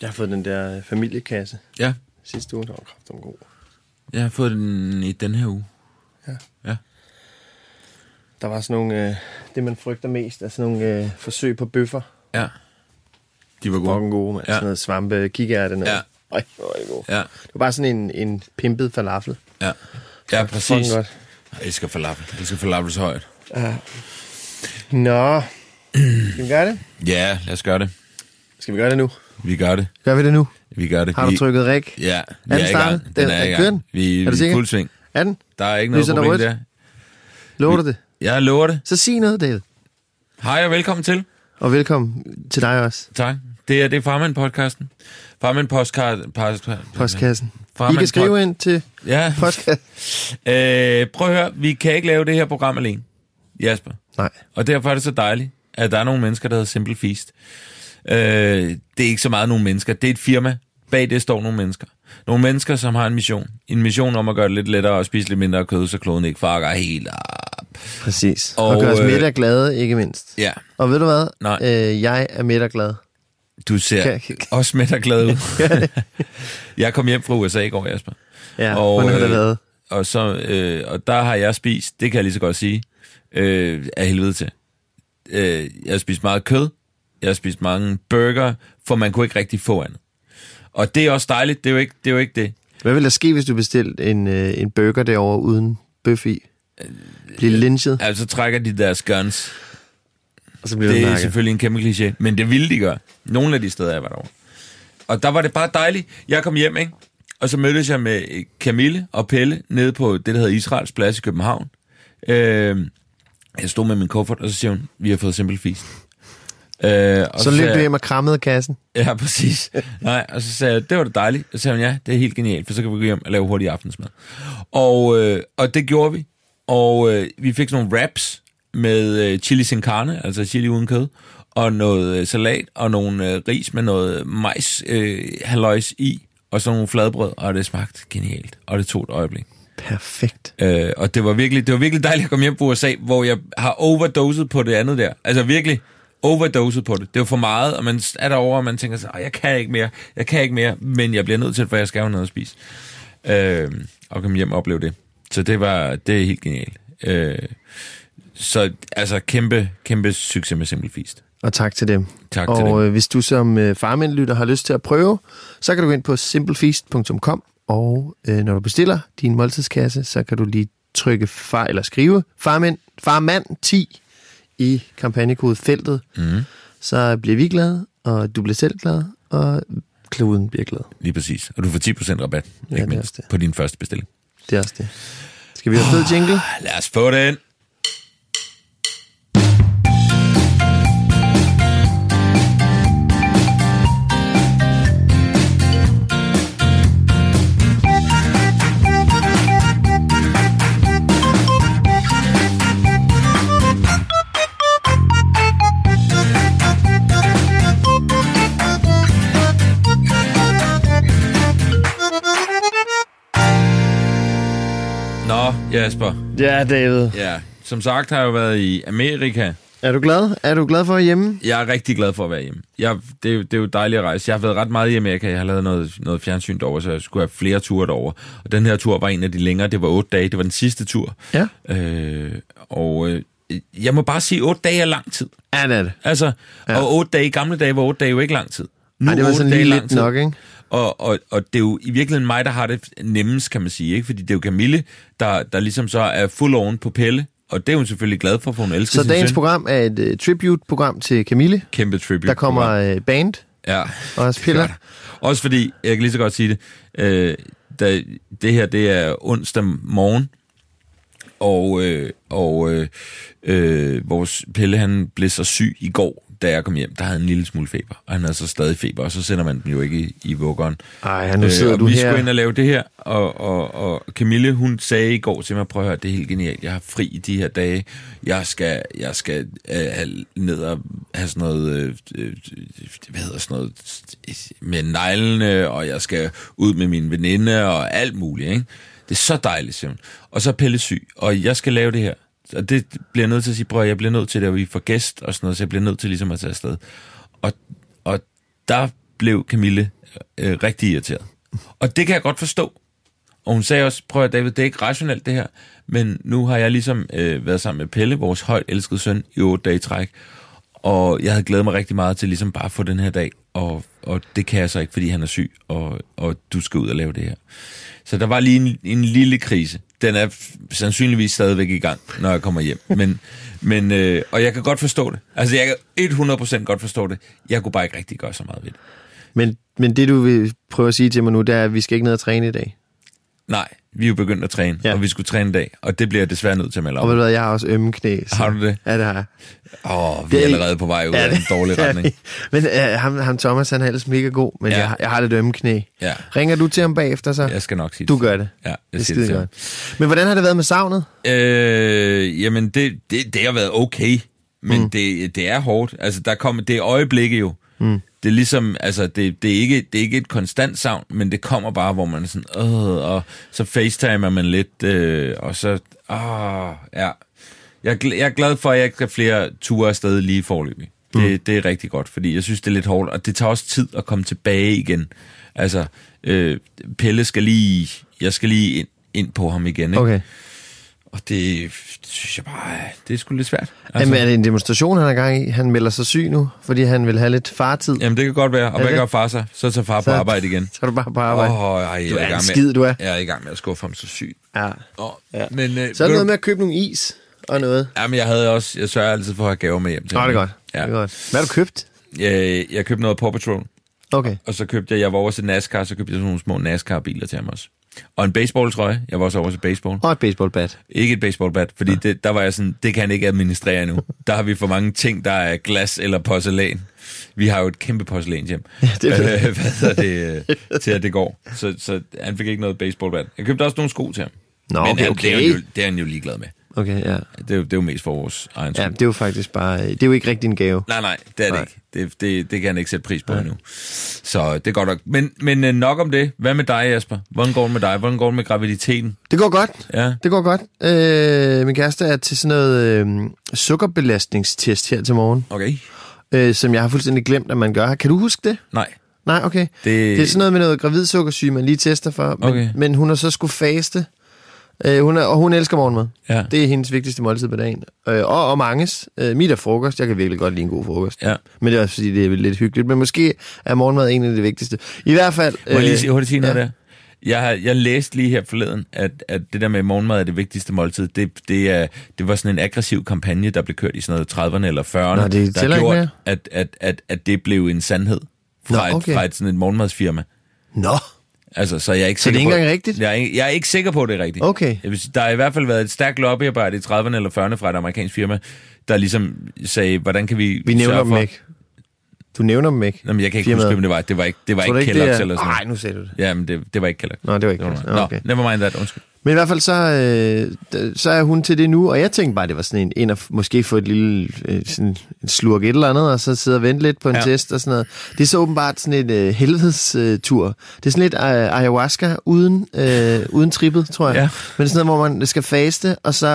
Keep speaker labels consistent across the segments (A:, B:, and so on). A: Jeg har fået den der øh, familiekasse
B: Ja,
A: sidste uge, der var kraftigt god.
B: jeg har fået den i den her uge.
A: Ja.
B: Ja.
A: Der var sådan nogle, øh, det man frygter mest, er sådan nogle øh, forsøg på bøffer.
B: Ja. De var
A: Fucking
B: gode.
A: gode, man. Ja.
B: Ja.
A: Sådan noget svampe, kikærte, noget.
B: Ja.
A: Øj, hvor er det gode.
B: Ja,
A: Det var bare sådan en, en pimpet falafel.
B: ja. Ja, præcis.
A: Fucking godt.
B: Jeg elsker falafel. Jeg elsker falafels højt.
A: Nå, skal vi gøre det?
B: Ja, lad os gøre det.
A: Skal vi gøre det nu?
B: Vi gør det.
A: Gør vi det nu?
B: Vi gør det.
A: Har du
B: vi...
A: trykket rik?
B: Ja, vi
A: den
B: er i gang.
A: startet?
B: Den,
A: Den-
B: er i
A: den
B: gang.
A: kører den?
B: Vi
A: Er du
B: er,
A: sikker?
B: i fuld sving.
A: Er den?
B: Der er ikke noget
A: Lyser der
B: problem
A: rødt?
B: der.
A: Lover du det?
B: Jeg lover det.
A: Så sig noget, David.
B: Hej og velkommen til.
A: Og velkommen til dig også,
B: Tak. Det er, det er Farman-podcasten. Farman-podcast...
A: postkassen.
B: Farmand
A: I kan skrive ind til
B: Ja.
A: postkassen.
B: Øh, prøv at høre, vi kan ikke lave det her program alene, Jasper.
A: Nej,
B: Og derfor er det så dejligt, at der er nogle mennesker, der hedder Simple Feast. Øh, det er ikke så meget nogle mennesker, det er et firma. Bag det står nogle mennesker. Nogle mennesker, som har en mission. En mission om at gøre det lidt lettere og spise lidt mindre kød, så kloden ikke fakker helt op.
A: præcis. Og,
B: Og,
A: og gør os
B: øh,
A: middag glade, ikke mindst.
B: Ja,
A: Og ved du hvad?
B: Nej.
A: Øh, jeg er middag glad.
B: du ser
A: Kan- kan-
B: også med dig glad ud. jeg kom hjem fra USA i går, Jasper.
A: Ja, og, hvordan har det
B: øh,
A: været?
B: Og, så, øh, og der har jeg spist, det kan jeg lige så godt sige, øh, af helvede til. Øh, jeg har spist meget kød, jeg har spist mange burger, for man kunne ikke rigtig få andet. Og det er også dejligt, det er jo ikke det. Er jo ikke det.
A: Hvad ville der ske, hvis du bestilte en, øh, en burger derovre uden bøf i? Bliver lynchet,
B: Altså så trækker de deres guns.
A: og så bliver
B: Det
A: det
B: er
A: nakket.
B: selvfølgelig en kæmpe kliché, men det ville de gøre. Nogle af de steder, jeg var derovre. Og der var det bare dejligt. Jeg kom hjem, ikke? Og så mødtes jeg med øh, Camille og Pelle nede på det, der hedder Israels Plads i København. Øh, jeg stod med min kuffert, og så siger hun, vi har fået simpel fist. Øh, og
A: Så løb
B: sagde
A: du
B: jeg-
A: hjem og krammede kassen.
B: Ja, præcis. Nej, og så sagde jeg, det var da dejligt. Og så sagde hun, ja, det er helt genialt, for så kan vi gå hjem og lave hurtig aftensmad. Og, øh, og det gjorde vi. Og øh, vi fik sådan nogle wraps med øh, chili sin carne, altså chili uden kød, og noget øh, salat, og nogle øh, ris med noget majs øh, halløjs i, og så nogle fladbrød, og det smagte genialt. Og det tog et øjeblik.
A: Perfekt.
B: Øh, og det var, virkelig, det var virkelig dejligt at komme hjem på USA, hvor jeg har overdoset på det andet der. Altså virkelig overdoset på det. Det var for meget, og man er derovre, og man tænker sig, "Ej, jeg kan ikke mere, jeg kan ikke mere, men jeg bliver nødt til, for jeg skal have noget at spise. Øh, og komme hjem og opleve det. Så det var, det er helt genialt. Øh, så altså kæmpe, kæmpe succes med Simple Feast.
A: Og tak til dem.
B: Tak
A: og
B: til dem.
A: øh, hvis du som øh, farmændlytter har lyst til at prøve, så kan du gå ind på simplefeast.com, og øh, når du bestiller din måltidskasse, så kan du lige trykke far, eller skrive farmand, farmand 10 i kampagnekodefeltet. Mm. Så bliver vi glade, og du bliver selv glad, og kloden bliver glad.
B: Lige præcis. Og du får 10% rabat,
A: det
B: ikke
A: er også
B: mindst,
A: det.
B: på din første bestilling.
A: Det er også det. Skal vi have fed jingle?
B: Lad os få den. Nå, Jasper.
A: Ja, David.
B: Ja, som sagt har jeg jo været i Amerika.
A: Er du glad? Er du glad for at være hjemme?
B: Jeg er rigtig glad for at være hjemme. Jeg, det, er jo- det er jo dejligt at rejse. Jeg har været ret meget i Amerika. Jeg har lavet noget, noget fjernsyn derovre, så jeg skulle have flere ture derovre. Og den her tur var en af de længere. Det var otte dage. Det var den sidste tur.
A: Ja.
B: Øh, og øh, jeg må bare sige, otte dage er lang tid.
A: Ja, det er det.
B: Altså, ja. og otte dage, i gamle dage var otte dage jo ikke lang tid. Nu
A: Ej, det
B: er
A: var
B: otte
A: sådan
B: dage
A: lige
B: lang
A: lidt
B: tid.
A: nok, ikke?
B: Og, og, og det er jo i virkeligheden mig, der har det nemmest, kan man sige. Ikke? Fordi det er jo Camille, der, der ligesom så er full oven på Pelle. Og det er hun selvfølgelig glad for, for hun elsker
A: Så
B: sin
A: dagens
B: søn.
A: program er et uh, tribute-program til Camille.
B: Kæmpe tribute.
A: Der kommer uh, band
B: Ja.
A: og hans piller.
B: Også fordi, jeg kan lige så godt sige det, øh, da, det her det er onsdag morgen, og, øh, og øh, øh, vores Pelle han blev så syg i går, da jeg kom hjem. Der havde han en lille smule feber, og han havde så stadig feber, og så sender man den jo ikke i, i vuggeren. Øh,
A: Ej, nu sidder
B: og
A: du
B: vi
A: her.
B: skulle ind og lave det her, og, og, og Camille, hun sagde i går til mig, prøv at høre, det er helt genialt, jeg har fri i de her dage, jeg skal, jeg skal øh, have- ned og have sådan noget, øh, øh, hvad hedder sådan noget, med neglene, og jeg skal ud med min veninde, og alt muligt, ikke? Det er så dejligt, simpelthen. Og så er Pelle syg, og jeg skal lave det her. Og det bliver jeg nødt til at sige, prøv at høre, jeg bliver nødt til det, og vi får gæst og sådan noget, så jeg bliver nødt til ligesom at tage afsted. Og, og der blev Camille øh, rigtig irriteret. Og det kan jeg godt forstå. Og hun sagde også, prøv at høre, David, det er ikke rationelt det her, men nu har jeg ligesom øh, været sammen med Pelle, vores højt elskede søn, i otte dage i træk. Og jeg havde glædet mig rigtig meget til ligesom bare at få den her dag, og, og det kan jeg så ikke, fordi han er syg, og, og du skal ud og lave det her. Så der var lige en, en lille krise. Den er f- sandsynligvis stadigvæk i gang, når jeg kommer hjem. Men, men, øh, og jeg kan godt forstå det. Altså, jeg kan 100% godt forstå det. Jeg kunne bare ikke rigtig gøre så meget ved det.
A: Men, men det, du vil prøve at sige til mig nu, det er, at vi skal ikke ned og træne i dag.
B: Nej, vi er jo begyndt at træne, ja.
A: Ja.
B: og vi skulle træne i dag, og det bliver jeg desværre nødt til at melde
A: Og
B: om.
A: ved du hvad, jeg har også ømme knæ. Så.
B: Har du det?
A: Ja, det har jeg.
B: Åh, oh, vi er allerede på vej ud af den dårlige retning.
A: men uh, ham, ham Thomas, han er ellers mega god, men
B: Ja.
A: ja. jeg, har- jeg har lidt ømme knæ.
B: Ja.
A: Ringer du til ham bagefter så?
B: Jeg skal nok sige
A: Du
B: det.
A: gør det.
B: Ja, jeg
A: det er
B: siger det
A: skide
B: til ham.
A: godt. Men hvordan har det været med savnet?
B: Øh, jamen, det, det, det har været okay, men mm. det, det er hårdt. Altså, der kommer, det er øjeblikke jo. Mm. Det er ligesom, altså, det, det, er ikke, det er ikke et konstant savn, men det kommer bare, hvor man er sådan, øh, og så facetimer man lidt, øh, og så, åh, ja. Jeg, er gl- jeg er glad for, at jeg ikke skal flere ture afsted lige forløbig. Det, mm. det er rigtig godt, fordi jeg synes, det er lidt hårdt, og det tager også tid at komme tilbage igen. Altså, øh, Pelle skal lige, jeg skal lige ind, ind på ham igen, ikke?
A: Okay.
B: Og det, det synes jeg bare, det er sgu lidt svært.
A: Altså. Jamen, er det en demonstration, han er gang i? Han melder sig syg nu, fordi han vil have lidt fartid.
B: jamen, det kan godt være. Og hvad
A: det?
B: gør far så? Så tager far så, på arbejde igen.
A: Så er du bare på arbejde.
B: Åh, oh, ej, jeg
A: Du er
B: i
A: en
B: gang med-
A: skid, du er.
B: Jeg er i gang med at skuffe ham så sygt.
A: Ja.
B: Oh, ja. Men, øh,
A: Så er det noget med at købe nogle is og noget.
B: Jamen, jeg havde også, jeg sørger altid for at have gaver med hjem til
A: Nå, det
B: ham.
A: er godt. Ja.
B: Ja.
A: Det er godt. Hvad har du købt?
B: Jeg, jeg købte noget Paw Patrol,
A: Okay.
B: og så købte jeg, jeg var over til NASCAR, så købte jeg sådan nogle små NASCAR-biler til ham også. Og en baseballtrøje. Jeg var også over til baseball.
A: Og et baseballbat.
B: Ikke et baseballbat, fordi ja. det, der var jeg sådan, det kan han ikke administrere endnu. Der har vi for mange ting, der er glas eller porcelæn. Vi har jo et kæmpe porcelæn hjem. Ja,
A: det ved jeg.
B: hvad hedder det, øh, til at det går. Så, så han fik ikke noget baseballbat. Jeg købte også nogle sko til ham.
A: Nå,
B: Men
A: okay,
B: han- Det, er
A: okay.
B: han jo, det er han jo ligeglad med.
A: Okay, ja.
B: Det er, jo, det er jo mest for vores egen sko.
A: Ja, det er jo faktisk bare... øh, Det er jo ikke rigtig en gave.
B: Nej, nej, det er det
A: Nej.
B: ikke. Det, det, det kan han ikke sætte pris på endnu. Så det er godt nok. Men, men øh, nok om det. Hvad med dig, Jasper? Hvordan går det med dig? Hvordan går det med graviditeten?
A: Det går godt.
B: Ja.
A: Det går godt. Øh, min kæreste er til sådan noget øh, sukkerbelastningstest her til morgen,
B: Okay.
A: øh, som jeg har fuldstændig glemt, at man gør. Kan du huske det?
B: Nej.
A: Nej, okay.
B: Det-
A: det er sådan noget med noget gravidsukkersyge, man lige tester for. Men,
B: Okay.
A: men hun har så skulle faste. Øh, hun er, og hun elsker morgenmad.
B: Ja.
A: Det er hendes vigtigste måltid på dagen. Øh, og, og manges. Øh, mit er frokost. Jeg kan virkelig godt lide en god frokost.
B: Ja.
A: Men det er også fordi, det er lidt hyggeligt. Men måske er morgenmad en af det vigtigste. I hvert fald...
B: Må jeg lige
A: øh,
B: sige, hurtigt sige noget
A: ja.
B: ja. der? Jeg, har, jeg læste lige her forleden, at, at det der med morgenmad er det vigtigste måltid, det, det, er, det var sådan en aggressiv kampagne, der blev kørt i sådan noget 30'erne eller 40'erne,
A: Nå, det
B: der
A: tæller ikke
B: gjorde,
A: mere.
B: at, at, at, at det blev en sandhed fra,
A: Nå,
B: et,
A: okay.
B: fra et, sådan et morgenmadsfirma.
A: Nå,
B: Altså, så jeg er ikke
A: det er
B: sikker
A: ikke
B: på,
A: engang rigtigt?
B: Jeg er, ikke- jeg er ikke sikker på, at det er rigtigt.
A: Okay.
B: Jeg vil sige, der har i hvert fald været et stærkt lobbyarbejde i 30'erne eller 40'erne fra et amerikansk firma, der ligesom sagde, hvordan kan vi
A: vi nævner
B: sørge
A: dem
B: for...
A: ikke. Du nævner dem ikke.
B: Nå, men jeg kan ikke
A: Firmaet.
B: huske, hvem det var. Det var ikke, det var
A: Tror du
B: ikke
A: det
B: Kellogg's
A: er-
B: eller sådan
A: Nej, nu sagde du det.
B: Ja, men det, det var ikke Kellogg's.
A: Nå, det var ikke
B: Nå,
A: Kellogg's. Nå,
B: Nå,
A: okay.
B: never mind that, undskyld.
A: Men i hvert fald så, øh, d- så er hun til det nu, og jeg tænkte bare, det var sådan en, en at f- måske få et lille øh, sådan en slurk et eller andet, og så sidde og vente lidt på en
B: Ja.
A: ja. test og sådan noget. Det er så åbenbart sådan en øh, helvedestur. Øh, tur. det er sådan lidt øh, ayahuasca uden, øh, uden trippet, tror jeg.
B: Ja.
A: Ja. Men sådan noget, hvor man skal faste, og så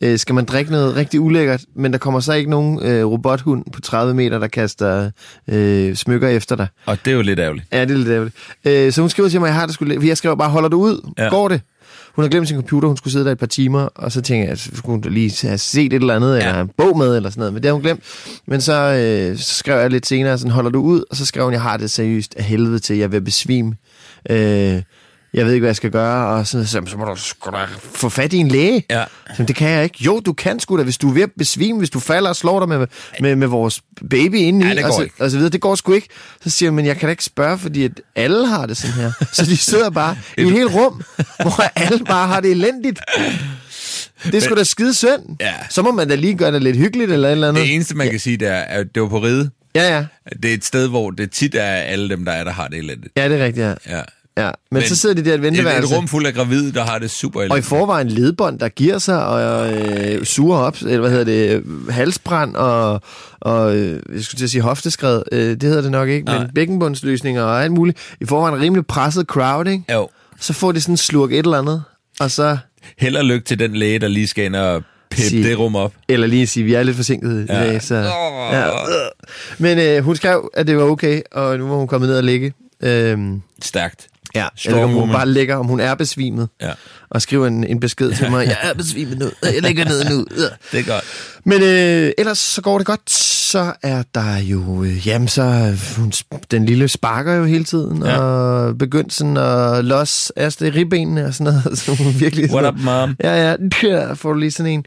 A: øh, øh, skal man drikke noget rigtig ulækkert, men der kommer så ikke nogen øh, robothund på 30 meter, der kaster øh, smykker efter dig.
B: Og det er jo lidt ærgerligt.
A: Ja, det er lidt ærgerligt. Øh, så hun skriver til mig, jeg har det skulle, jeg skrev bare, holder du ud?
B: Ja.
A: Ja. Går det? Hun havde glemt sin computer, hun skulle sidde der et par timer, og så tænkte jeg, at skulle hun da lige have set et eller andet, ja. eller have en bog med, eller sådan noget, men det har hun glemt. Men så, øh, så skrev jeg lidt senere, sådan, holder du ud? Og så skrev hun, jeg har det seriøst af helvede til, jeg vil besvime. Øh, jeg ved ikke, hvad jeg skal gøre, og sådan, så, så må du sgu da få fat i en læge.
B: Ja.
A: Så, det kan jeg ikke. Jo, du kan sgu da, hvis du er ved at besvime, hvis du falder og slår dig med, med, med vores baby inde
B: Ja, det går
A: og så,
B: ikke.
A: Og så videre. Altså, Det går sgu ikke. Så siger hun, men jeg kan da ikke spørge, fordi at alle har det sådan her. Så de sidder bare i et helt rum, hvor alle bare har det elendigt. Det er sgu da skide synd.
B: Ja.
A: Så må man da lige gøre det lidt hyggeligt eller et eller andet.
B: Det eneste, man kan sige, det er, at det var på ride.
A: Ja, ja.
B: Det er et sted, hvor det tit er alle dem, der er, der har det elendigt.
A: Ja, det er rigtigt, ja.
B: Ja.
A: ja. Men, men, så sidder de der i et
B: Et,
A: venteværelse.
B: et rum fuld af gravide, der har det super
A: Og i
B: elendigt.
A: forvejen ledbånd, der giver sig, og øh, suger op, eller hvad hedder det, øh, halsbrand, og, og øh, jeg skulle til at sige hofteskred, øh, det hedder det nok ikke, Nej. men bækkenbundsløsninger og alt muligt. I forvejen en rimelig presset crowd, ikke?
B: Jo.
A: Så får det sådan slurk et eller andet, og så,
B: Held og lykke til den læge, der lige skal ind og
A: Sige-
B: pippe det rum op.
A: eller lige at sige, vi er lidt forsinket ja. i dag, så...
B: Åh.
A: Ja. øh. Men øh, hun skrev, at det var okay, og nu må hun komme ned og ligge. Øhm,
B: Stærkt.
A: Ja,
B: Strong
A: eller om hun
B: woman.
A: bare ligger, om hun er besvimet,
B: Ja.
A: og skriver en, en besked til mig, jeg er besvimet nu, jeg ligger ned nu. Øh.
B: Det er godt.
A: Men øh, ellers så går det godt. Så er der jo... Øh, jamen, så øh, hun, sp- den lille sparker jo hele tiden, ja.
B: Ja.
A: og begyndt sådan at losse Asta i altså, ribbenene og sådan noget. Så hun virkelig...
B: What
A: sådan-
B: up, mom?
A: Ja, ja, der får du lige sådan en.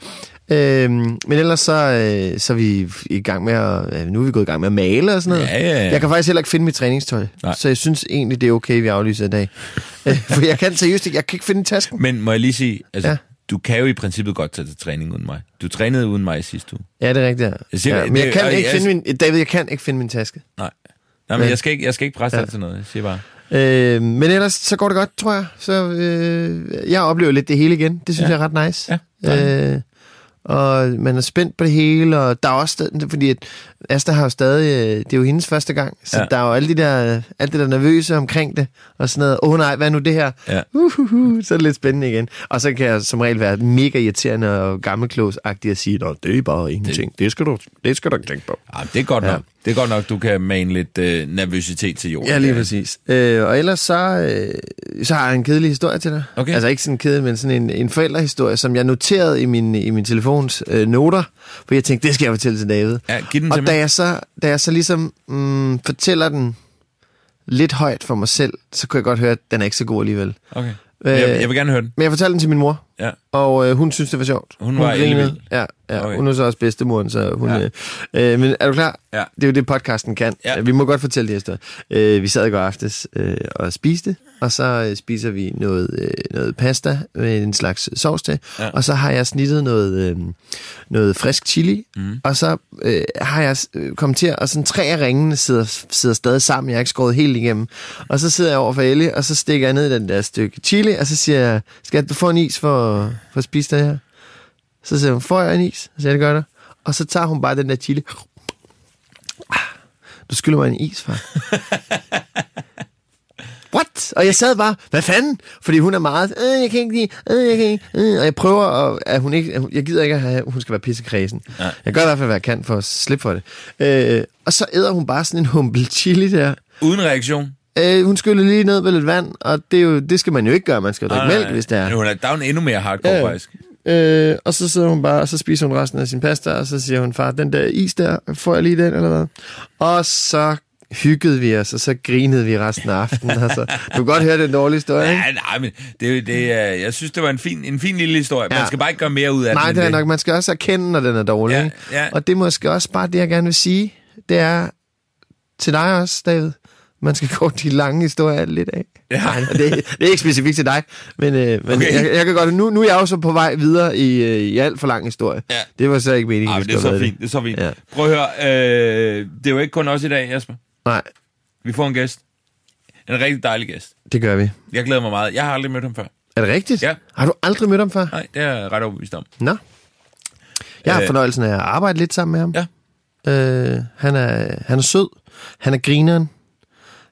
A: Øhm, men ellers så, øh, så er vi i gang med at, øh, nu er vi gået i gang med at male og sådan noget.
B: Ja, ja, ja.
A: Jeg kan faktisk heller ikke finde mit træningstøj,
B: Nej.
A: så jeg synes egentlig, det er okay, vi aflyser i dag. øh, for jeg kan seriøst ikke, jeg kan ikke finde tasken.
B: Men må jeg lige sige, altså,
A: Ja.
B: ja. du kan jo i princippet godt tage til træning uden mig. Du trænede uden mig i sidste uge.
A: Ja, det er rigtigt.
B: Jeg
A: Ja.
B: siger,
A: Ja, men
B: det-
A: jeg kan
B: og
A: ikke
B: jeg-
A: finde min, David, jeg kan ikke finde min taske.
B: Nej. Nej,
A: Men-
B: men jeg skal ikke, jeg skal ikke presse
A: Ja.
B: dig til noget. Jeg siger bare.
A: Øh, men ellers så går det godt, tror jeg. Så øh, jeg oplever lidt det hele igen. Det synes ja.
B: Ja.
A: jeg er ret nice.
B: Ja, dejligt.
A: øh, og man er spændt på det hele, og der er også stadig, fordi at Asta har jo stadig, øh, det er jo hendes første gang, så ja.
B: Ja.
A: der er jo alle de der, øh, alt det der nervøse omkring det, og sådan noget, åh oh, nej, hvad er nu det her?
B: Ja.
A: Uhuhu, så er det lidt spændende igen. Og så kan jeg som regel være mega irriterende og gammelklåsagtig at sige, Nå, det er bare ingenting, det, det, skal, du, det skal du ikke tænke på.
B: Ah, det er godt
A: Ja.
B: ja. nok. Det er godt nok, du kan mane lidt øh, nervøsitet til jorden.
A: Ja, lige
B: Ja.
A: præcis. Øh, og ellers så, øh, så har jeg en kedelig historie til dig.
B: Okay.
A: Altså ikke sådan en kedelig, men sådan en, en forældrehistorie, som jeg noterede i min, i min telefons øh, noter, for jeg tænkte, det skal jeg fortælle til David.
B: Ja, giv den
A: og
B: til
A: da
B: mig.
A: jeg, så, da jeg så ligesom mm, fortæller den lidt højt for mig selv, så kunne jeg godt høre, at den er ikke så god alligevel.
B: Okay.
A: Øh,
B: Jeg, jeg vil gerne høre den.
A: Men jeg fortalte den til min mor,
B: Ja.
A: og øh, hun synes, det var sjovt.
B: Hun var
A: grinede.
B: ellevild.
A: Ja, ja okay.
B: Okay.
A: hun er så også bedstemoren, så hun... Ja.
B: Ja.
A: Øh, øh, men er du klar?
B: Ja.
A: Det er jo det, podcasten kan.
B: Ja.
A: Vi må godt fortælle det her historie. Øh, vi sad i går aftes øh, og spiste, og så øh, spiser vi noget, øh, noget pasta med en slags sovs til, ja.
B: Ja.
A: og så har jeg snittet noget, øh, noget frisk chili, mm. og så øh, har jeg øh, kommet til, og sådan tre af ringene sidder, sidder stadig sammen, jeg har ikke skåret helt igennem, og så sidder jeg over for Ellie, og så stikker jeg ned i den der stykke chili, og så siger jeg, skal du få en is for, for at spise det her? Så siger hun, får jeg en is? Så siger jeg, det gør der. Og så tager hun bare den der chili. Ah, Du skylder mig en is, far. What? Og jeg sad bare, hvad fanden? Fordi hun er meget, øh, jeg kan ikke lide, øh, jeg kan ikke, øh, og jeg prøver, at, at hun ikke, at hun- jeg gider ikke, at have- hun skal være pissekredsen. Ja. Jeg gør i hvert fald, hvad jeg kan for at slippe for det. Øh, og så æder hun bare sådan en humpel chili der.
B: Uden reaktion.
A: Øh, hun skyller lige ned med lidt vand, og det, er jo, det skal man jo ikke gøre, man skal jo drikke mælk, hvis det er.
B: Men Hun er, der er hun endnu mere hardcore,
A: Ja, ja.
B: faktisk.
A: Øh, og så sidder hun bare, og så spiser hun resten af sin pasta, og så siger hun, far, den der is der, får jeg lige den, eller hvad? Og så hyggede vi os, og så grinede vi resten af aftenen. altså. Du kan godt høre den dårlige historie, ikke?
B: Ja, nej, men det, er jo- det er, jeg synes, det var en fin, en fin lille historie.
A: Ja.
B: Man skal bare ikke gøre mere ud af
A: Nej,
B: den.
A: det er
B: end
A: nok. Man skal også erkende, når den er dårlig.
B: Ja,
A: ikke?
B: ja.
A: Og det er måske også bare det, jeg gerne vil sige, det er til dig også, David. Man skal gå de lange historier lidt af.
B: Ja.
A: Nej, det, er- det er ikke specifikt til dig, men, øh, men okay.
B: Okay.
A: jeg, jeg kan godt... Nu, nu er jeg jo så på vej videre i, øh, i alt for lang historie.
B: Ja.
A: Det var så ikke meningen,
B: Ej,
A: vi
B: men Ah, det er
A: skulle have
B: så
A: været i
B: fint, det er så fint.
A: Ja.
B: Ja. Prøv at høre, øh, det er jo ikke kun os i dag, Jesper.
A: Nej,
B: Vi får en gæst. En rigtig dejlig gæst.
A: Det gør vi.
B: Jeg glæder mig meget. Jeg har aldrig mødt ham før.
A: Er det rigtigt?
B: Ja.
A: Har du aldrig mødt ham før?
B: Nej, det er jeg ret overbevist om.
A: Nå. Jeg har
B: Øh.
A: fornøjelsen af at arbejde lidt sammen med ham.
B: Ja.
A: Øh, han, er, han er sød, han er grineren,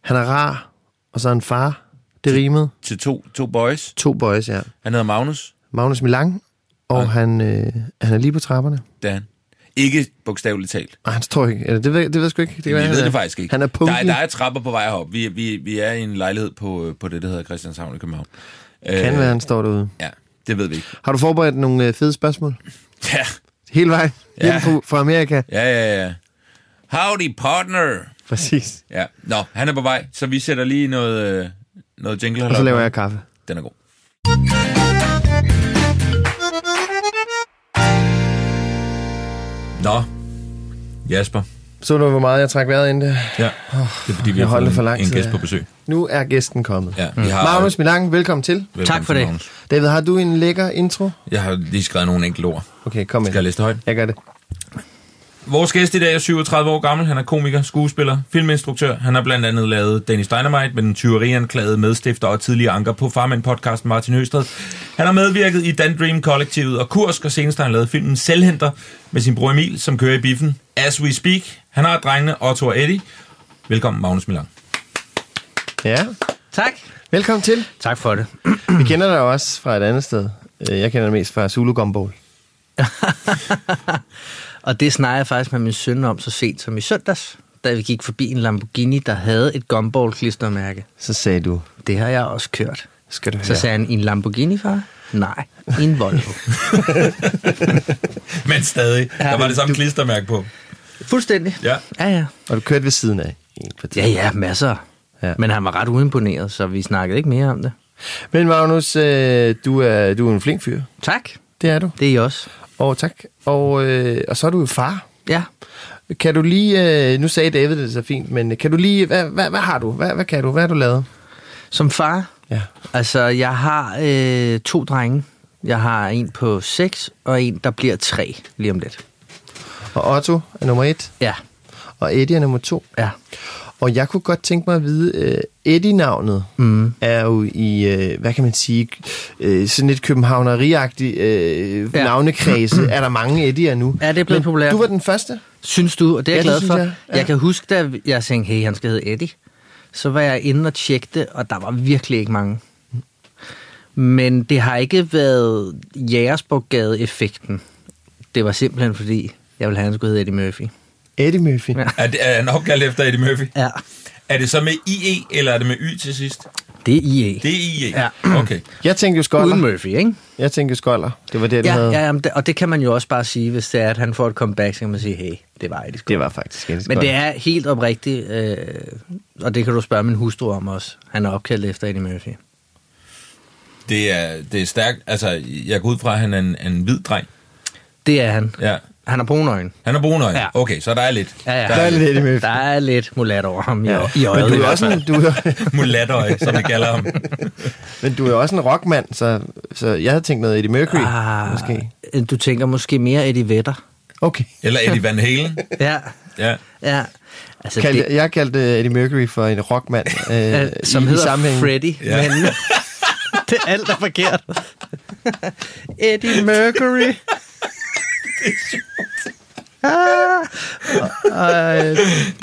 A: han er rar, og så er han far. Det rimede.
B: Til to, to boys.
A: To boys, ja.
B: Han hedder Magnus.
A: Magnus Milang, og okay. han, øh, han er lige på trapperne.
B: Det er han. Ikke bogstaveligt talt.
A: Nej, han tror ikke. Eller det ved, det ved jeg sgu ikke. Det kan være,
B: Vi
A: han
B: ved
A: er-
B: det faktisk ikke.
A: Han er
B: der, er,
A: punktlig.
B: der er trapper på vej herop. Vi, vi, vi er i en lejlighed på, øh, på det, der hedder Christianshavn i København.
A: Kan være, han står derude.
B: Ja, det ved vi ikke.
A: Har du forberedt nogle øh, fede spørgsmål?
B: Ja,
A: Hele vejen hjem
B: Ja.
A: fra- fra Amerika.
B: ja, ja. ja. Howdy, partner.
A: Præcis.
B: Ja, nå, han er på vej, så vi sætter lige noget, øh, noget jingle.
A: Og så laver jeg kaffe.
B: Den er god. Nå, Jasper.
A: Så du, hvor meget jeg træk vejret inden det?
B: Ja, det er fordi, vi
A: jeg
B: har
A: holdt
B: fået
A: det for
B: en,
A: lang
B: en
A: tid,
B: gæst
A: ja.
B: på besøg.
A: Nu er gæsten kommet.
B: Ja, vi har,
A: Magnus Milangen, velkommen til.
B: Velkommen
C: Tak for
B: til,
C: det.
B: Magnus.
A: David, har du en lækker intro?
B: Jeg har lige skrevet nogle enkelte ord.
A: Okay, kom med.
B: Skal jeg læse det højt?
A: Jeg gør det.
B: Vores gæst i dag er 37 år gammel. Han er komiker, skuespiller, filminstruktør. Han har blandt andet lavet Dennis Dynamite med den tyverianklagede medstifter og tidligere anker på Farmen-podcasten Martin Høsted. Han har medvirket i Dan Dream Kollektivet og Kursk, og senest har han lavet filmen Selvhenter med sin bror Emil, som kører i biffen As We Speak. Han har drengene Otto og Eddie. Velkommen, Magnus Milan.
A: Ja.
C: Tak.
A: Velkommen til.
C: Tak for det.
A: Vi kender dig også fra et andet sted. Øh, Jeg kender dig mest fra Zulu Gumball.
C: Og det snakker jeg faktisk med min søn om så sent som i søndags, da vi gik forbi en Lamborghini, der havde et gumball-klistermærke.
A: Så sagde du,
C: Det har jeg også kørt.
A: skal du høre.
C: Så sagde han, i en Lamborghini, far? Nej, i en Volvo.
B: Men stadig, der var det samme klistermærke på.
C: Fuldstændig.
B: Ja.
C: Ja, ja.
A: Og du kørte ved siden af.
C: Ja, ja, masser.
A: Ja.
C: Ja. Men han var ret uimponeret, så vi snakkede ikke mere om det.
A: Men Magnus, øh, du er, du er en flink fyr.
C: Tak.
A: Det er du.
C: Det er I også.
A: Og tak. Og, øh, og så er du jo far.
C: Ja.
A: Kan du lige, øh, nu sagde David det så fint, men øh, kan du lige, hvad, hvad, hvad har du? Hvad, hvad kan du? Hvad har du lavet?
C: Som far,
A: Ja.
C: altså jeg har øh, to drenge. Jeg har en på seks, og en, der bliver tre lige om lidt.
A: Og Otto er nummer et,
C: Ja,
A: og Eddie er nummer to.
C: ja.
A: Og jeg kunne godt tænke mig at vide, øh, Eddie-navnet mm. er jo i, øh, hvad kan man sige, øh, sådan lidt københavneriagtig øh, ja.
C: Ja.
A: navnekredse. er der mange Eddie'er nu?
C: Ja, det er blevet
A: Men
C: populært.
A: Du var den første.
C: Synes du, og det er jeg
A: Ja,
C: ja,
A: det
C: glad
A: synes
C: for.
A: jeg,
C: Jeg,
A: ja.
C: ja. jeg kan huske, da jeg tænkte, hey, han skal hedde Eddie. Så var jeg inde og tjekke det, og der var virkelig ikke mange. Men det har ikke været Jægersborggade-effekten. Det var simpelthen fordi, jeg ville have, han skulle hedde Eddie Murphy.
A: Eddie Murphy. Ja.
C: Ja.
B: Er, det, er han opkaldt efter Eddie Murphy?
C: Ja.
B: Er det så med IE, eller er det med Y til sidst?
C: Det er IE.
B: Det er IE.
C: Ja.
B: Okay.
A: Jeg tænkte jo skoller.
C: Uden Murphy, ikke?
A: Jeg tænkte jo skoller. Det var det, du
C: Ja,
A: havde.
C: ja jamen, det- og det kan man jo også bare sige, hvis det er, at han får et comeback, så kan man sige, hey, det var Eddie
A: Det var faktisk en
C: Men det er helt oprigtigt, øh, og det kan du spørge min hustru om også. Han er opkaldt efter Eddie Murphy.
B: Det er, det er stærkt. Altså, jeg går ud fra, at han er en, en hvid dreng.
C: Det er han.
B: Ja.
C: Han har brune øjne.
B: Han er brunøje. Ja.
C: Ja.
B: Okay, så der er lidt.
C: Ja, ja.
A: Der er lidt Eddie Murphy.
C: Der er lidt mulat over ham i,
A: Ja.
C: ja. i
A: Men
C: øjet.
A: du
C: i
A: er
C: hvert
A: også
C: fald.
A: en, du er,
B: Mulatøje, som vi kalder ham.
A: men du er også en rockmand, så, så jeg havde tænkt noget Eddie Mercury, ah. måske.
C: Ah, du tænker måske mere Eddie Vedder.
A: Okay.
B: Eller Eddie Van Halen.
C: Ja,
B: Ja.
C: ja. Altså,
A: Kald,
C: det,
A: Jeg kaldte øh, Eddie Mercury for en rockmand, øh,
C: øh, som
A: i, i
C: hedder
A: sammenhæng.
C: Freddy,
B: Ja.
C: ja. men det er alt er forkert. Eddie Mercury.
A: Jeg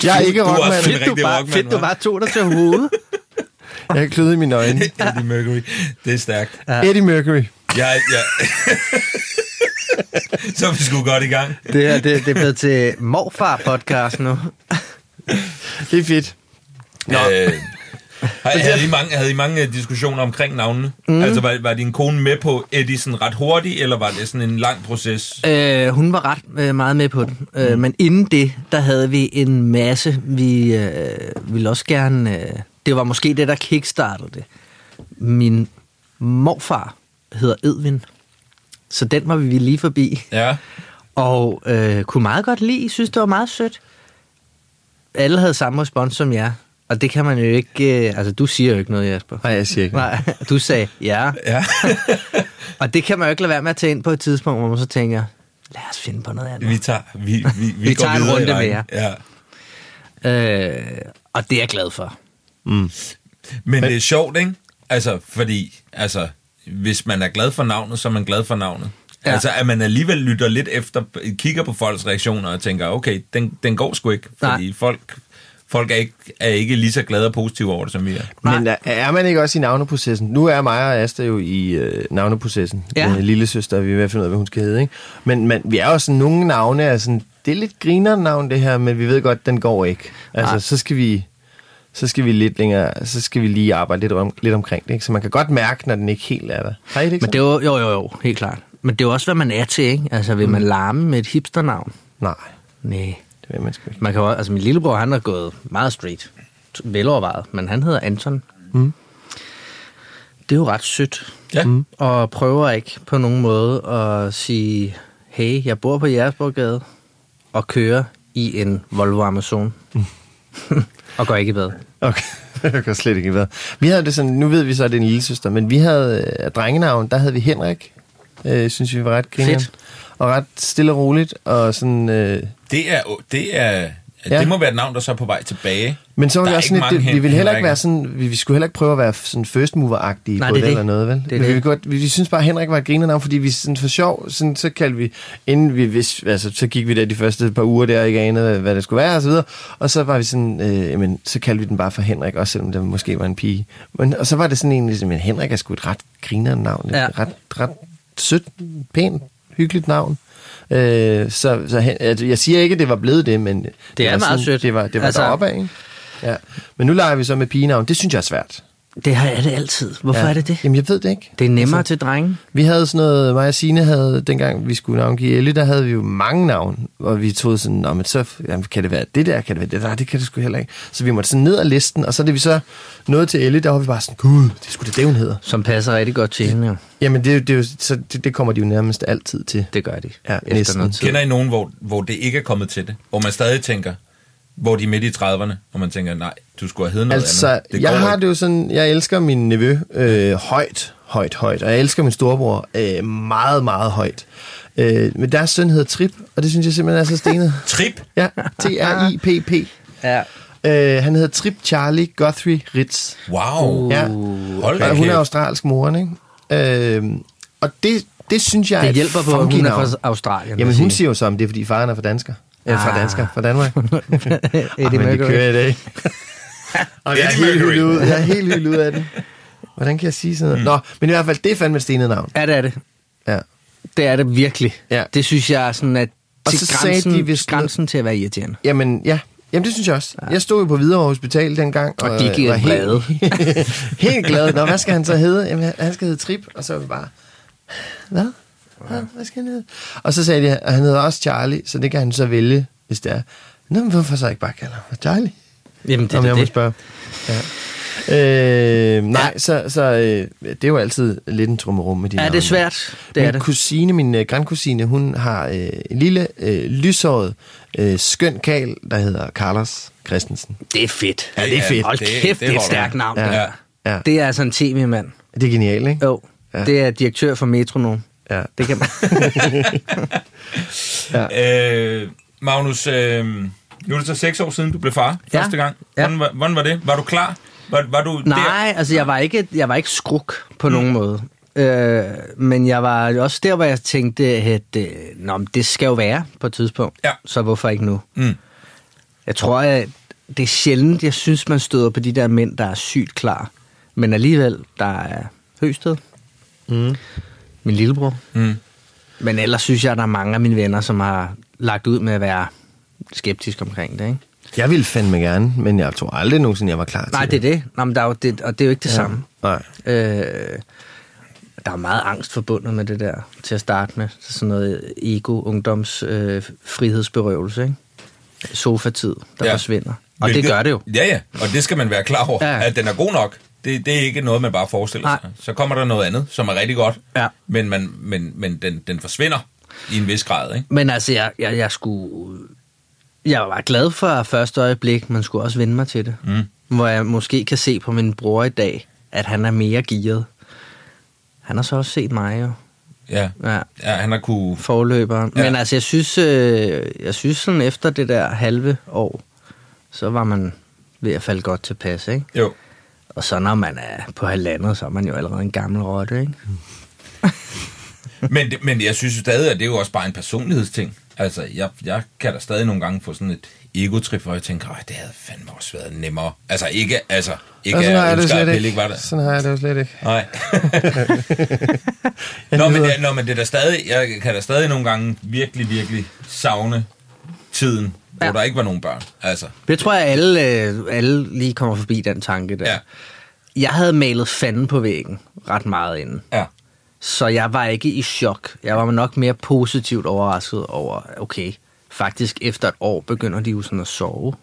A: er ikke
B: Du er også
A: rockmand,
B: en
C: Fedt, du
B: rigtig
C: bare,
B: rockmand,
C: fedt, du
B: hva'?
C: bare tog dig til hovedet.
A: jeg har kløet i mine øjne.
B: Eddie Mercury. Det er stærkt.
A: Eddie Mercury.
B: Jeg, jeg... så er vi sgu godt i gang.
C: Det her, det, det er blevet til morfar-podcast nu.
A: Det er fedt.
B: Nå. Øh, har- havde, I mange, havde I mange øh, diskussioner omkring navnene? Mm. Altså, var, var din kone med på Eddie sådan ret hurtigt, eller var det sådan en lang proces?
C: Øh, hun var ret øh, meget med på den. Øh, Men inden det, der havde vi en masse. Vi øh, ville også gerne... Øh, det var måske det, der kickstartede det. Min morfar hedder Edvin. Så den var vi lige forbi.
B: Ja.
C: Og øh, kunne meget godt lide. Synes, det var meget sødt. Alle havde samme respons som jer. Og det kan man jo ikke... Øh, altså, du siger jo ikke noget, Jasper.
A: Nej, jeg siger ikke.
C: Nej, du sagde ja.
B: Ja.
C: Og det kan man jo ikke lade være med at tage ind på et tidspunkt, hvor man så tænker, lad os finde på noget andet.
B: Vi tager, vi, vi, vi,
C: Vi
B: går
C: tager en
B: videre i
C: runde
B: rækken.
C: mere.
B: Ja.
C: Øh, og det er jeg glad for.
B: Men det er sjovt, ikke? Altså, fordi, altså, hvis man er glad for navnet, så er man glad for navnet. Ja.
C: Ja.
B: Altså, at man alligevel lytter lidt efter, kigger på folks reaktioner og tænker, okay, den, den går sgu ikke, fordi Nej.
C: Nej.
B: folk, folk er, ikke, er ikke lige så glade og positive over det, som vi er.
C: Nej.
A: Men er, er man ikke også i navneprocessen? Nu er mig og Asta jo i øh, navneprocessen.
C: Ja.
A: Med lille søster, vi er ved at finde ud af, hvad hun skal hedde. Ikke? Men man, vi er jo sådan, nogle navne er sådan, det er lidt griner navn det her, men vi ved godt, den går ikke. Altså,
C: Nej.
A: så skal vi... så skal vi lidt længere, så skal vi lige arbejde lidt, om, lidt omkring det. Ikke? Så man kan godt mærke, når den ikke helt er der. Har I det ikke
C: Men det var, jo, jo, jo, helt klart. Men det er jo også, hvad man er til, ikke? Altså, vil man larme med et hipsternavn?
A: sådan? Nej,
C: Nej.
A: det vil man sgu ikke.
C: Man kan jo, altså, min lillebror, han har gået meget straight. T- Velovervejet. Men han hedder Anton.
A: Mm.
C: Det er jo ret sødt.
B: Ja. Mm.
C: Og prøver ikke på nogen måde at sige, hey, jeg bor på Jægersborggade og kører i en Volvo Amazon.
A: Mm.
C: og går ikke i bad.
A: Okay, jeg kan slet ikke være. Vi havde det sådan, nu ved vi så, at det er en lille søster, men vi havde øh, af drengenavn, der havde vi Henrik. Øh, synes vi var ret griner.
C: Fedt.
A: Og ret stille og roligt, og sådan... Øh,
B: Det er, det er,
A: Ja.
B: ja. det må være et navn, der så er på vej tilbage.
A: men så var
B: Der
A: det
B: er
A: også sådan,
B: ikke
A: lidt, det,
B: mange
A: vi ville heller ikke
B: Henrikker.
A: være sådan, vi, vi skulle heller ikke prøve at være sådan first mover-agtige
C: Nej,
A: på
C: det
A: det,
C: er det.
A: eller noget, vel?
C: Det er
A: Men
C: det.
A: Vi, godt, vi, vi synes bare, at Henrik var et grinernavn, fordi vi sådan for sjov, sådan, så kaldte vi, inden vi vidste, altså så gik vi der de første par uger der, og ikke anede, hvad, hvad det skulle være, og så videre. Og så var vi sådan, øh, jamen, så kaldte vi den bare for Henrik, også selvom det måske var en pige. Men, og så var det sådan egentlig, men Henrik er sgu et ret grinernavn, et
C: Ja.
A: ret, ret sødt, pænt, hyggeligt navn. Øh, så, så hen, altså, jeg siger ikke, at det var blevet det, men det,
C: er
A: var
C: meget sødt.
A: Det var, det var altså,
C: Altså-
A: deroppe af, ikke? Ja. Men nu leger vi så med pigenavn. Det synes jeg er svært.
C: Det har jeg det altid. Hvorfor
A: ja.
C: ja. er det det? Altså-
A: Jamen, jeg ved det ikke.
C: Det er nemmere til drenge.
A: Vi havde sådan noget, mig og Signe havde, dengang vi skulle navngive Ellie, der havde vi jo mange navn, og vi troede sådan, Nå, men så jamen, kan det være det der, kan det være det der, det kan det sgu heller ikke. Så vi måtte sådan ned ad listen, og så da vi så nåede til Ellie, der var vi bare sådan, gud, det skulle det, det hun hedder.
C: Som passer rigtig godt til hende, jo.
A: Jamen, det, er jo- det, er jo- så det, det kommer de jo nærmest altid til.
C: Det gør de.
A: Ja,
C: Efter
A: næsten.
C: noget tid.
B: Kender I nogen, hvor, hvor det ikke er kommet til det? Hvor man stadig tænker, hvor de er midt i 30'erne, og man tænker, nej, du skulle have heddet noget
A: Altså,
B: andet.
A: det
B: går
A: jeg har
B: ikke.
A: det jo sådan, jeg elsker min nevø øh, højt, højt, højt, og jeg elsker min storebror øh, meget, meget højt. Øh, men deres søn hedder Trip, og det synes jeg simpelthen er så stenet.
B: Trip?
A: ja, T-R-I-P-P.
C: Ja.
A: Øh, han hedder Trip Charlie Guthrie Ritz.
B: Wow.
A: Ja.
B: Uh, Hold da
A: Og hun er
B: kæft.
A: australsk moren, ikke? Øh, og det, det synes jeg er
C: Det
A: et
C: hjælper på, at
A: funky
C: hun er
A: navn.
C: fra Australien.
A: Jamen,
C: vil
A: hun
C: jeg sige.
A: siger jo så, om det er, fordi faren er fra dansker. Ah.
C: Ah.
A: Fra dansker, fra Danmark.
C: Eddie
A: Ej, Ah, men det
C: Mercury.
A: kører i dag. Og jeg er
B: Eddie
A: helt
B: Mercury.
A: hyldet ud. Jeg er helt hyldet ud af den. Hvordan kan jeg sige sådan noget? Mm. Nå, men i hvert fald, det er fandme et stenet navn.
C: Ja, det er det.
A: Ja.
C: Det er det virkelig.
A: Ja.
C: Det synes jeg er sådan, at
A: Og
C: til
A: så sagde
C: grænsen,
A: de,
C: de,
A: hvis-
C: hvis grænsen til at være irriterende.
A: Jamen, ja. Jamen, det synes jeg også. Jeg stod jo på Hvidovre Hospital dengang. øh,
C: Og de giver
A: var
C: blade.
A: helt, helt glad. Nå, hvad skal han så hedde? Jamen, han skal hedde Trip. Og så var vi bare, hvad? Hvad hvad skal han hedde? Og så sagde de, at han hedder også Charlie, så det kan han så vælge, hvis det er. Nå, men hvorfor så ikke bare kalde ham for Charlie?
C: Jamen, det
A: Om
C: er
A: jeg må
C: det.
A: spørge. Ja. Øh, nej, så, så øh, det er jo altid lidt en trummerum med dine
C: Ja, det er
A: navne.
C: svært. Det
A: min
C: er det.
A: kusine, min øh, grandkusine, hun har øh, en lille, øh, lyshåret, øh, skøn kal, der hedder Carlos Christensen.
C: Det er fedt.
A: Ja, det er fedt.
C: Hold
B: det- det
C: kæft, det er et
B: holder.
C: stærkt navn.
A: Ja.
C: det der.
A: Ja.
C: Det er altså en tv-mand.
A: Det er genialt, ikke?
C: Jo,
A: Ja.
C: det er direktør for Metronom.
A: Ja.
C: Det kan man.
B: Øh, Magnus, øh, nu er det så seks år siden, du blev far
C: Ja.
B: første gang.
C: Ja.
B: Hvordan, var, hvordan var det? Var du klar? Var, var du der?
C: Nej, altså jeg var ikke, jeg var ikke skruk
A: Mm.
C: på nogen måde. Øh, men jeg var jo også der, hvor jeg tænkte, at øh, nå, men det skal jo være på et tidspunkt.
B: Ja.
C: Så hvorfor ikke nu?
B: Mm.
C: Jeg tror, at det er sjældent, jeg synes, man støder på de der mænd, der er sygt klar. Men alligevel, der er Høsted. Mm. Min lillebror.
B: Mm.
C: Men ellers synes jeg, at der er mange af mine venner, som har lagt ud med at være skeptisk omkring det, ikke?
A: Jeg ville fandme gerne, men jeg tror aldrig nogensinde, jeg var klar til
C: Nej, det er det. Nå, men der er jo det og det er jo ikke det ja. samme.
A: Nej.
C: Øh, der er meget angst forbundet med det der til at starte med. Så Sådan noget ego, ungdoms, øh, frihedsberøvelse, ikke? Sofatid, der
B: Ja.
C: ja. forsvinder. Og det
B: Hvilket-
C: gør det jo.
B: Ja, ja. Og det skal man være klar over,
C: Ja.
B: ja. at den er god nok. Det, det er ikke noget, man bare forestiller
C: Nej.
B: sig. Så kommer der noget andet, som er rigtig godt,
C: Ja.
B: men, man, men, men den, den forsvinder i en vis grad. Ikke?
C: Men altså, jeg, jeg, jeg skulle... Jeg var glad for første øjeblik, men skulle også vende mig til det. Mm. Hvor jeg måske kan se på min bror i dag, at han er mere gearet. Han har så også set mig jo.
B: Ja.
C: Ja.
B: ja, han har kunne...
C: forløberen. Ja.
B: Ja.
C: Men altså, jeg synes, øh, jeg synes sådan efter det der halve år, så var man ved at falde godt tilpas, ikke?
B: Jo.
C: Og så når man er på halvandet, så er man jo allerede en gammel rotte, ikke?
B: Men, det- men jeg synes jo stadig, at det er jo også bare en personlighedsting. Altså, jeg, jeg kan da stadig nogle gange få sådan et egotrip, hvor jeg tænker, at det havde fandme også været nemmere. Altså, ikke, altså, ikke
A: Og sådan
B: at
A: har jeg det jo
B: ønske, at
A: slet
B: Pelle
A: ikke.
B: var der.
A: Sådan har jeg det jo slet ikke.
B: Nej. nå, men, ja, nå, men det er da stadig, jeg kan da stadig nogle gange virkelig, virkelig savne tiden, ja.
C: Ja.
B: hvor der ikke var nogen børn. Altså,
C: Det tror jeg, alle, øh, alle lige kommer forbi den tanke der.
B: Ja.
C: Jeg havde malet fanden på væggen ret meget inden.
B: ja.
C: Så jeg var ikke i chok. Jeg var nok mere positivt overrasket over, okay, faktisk efter et år begynder de jo sådan at sove.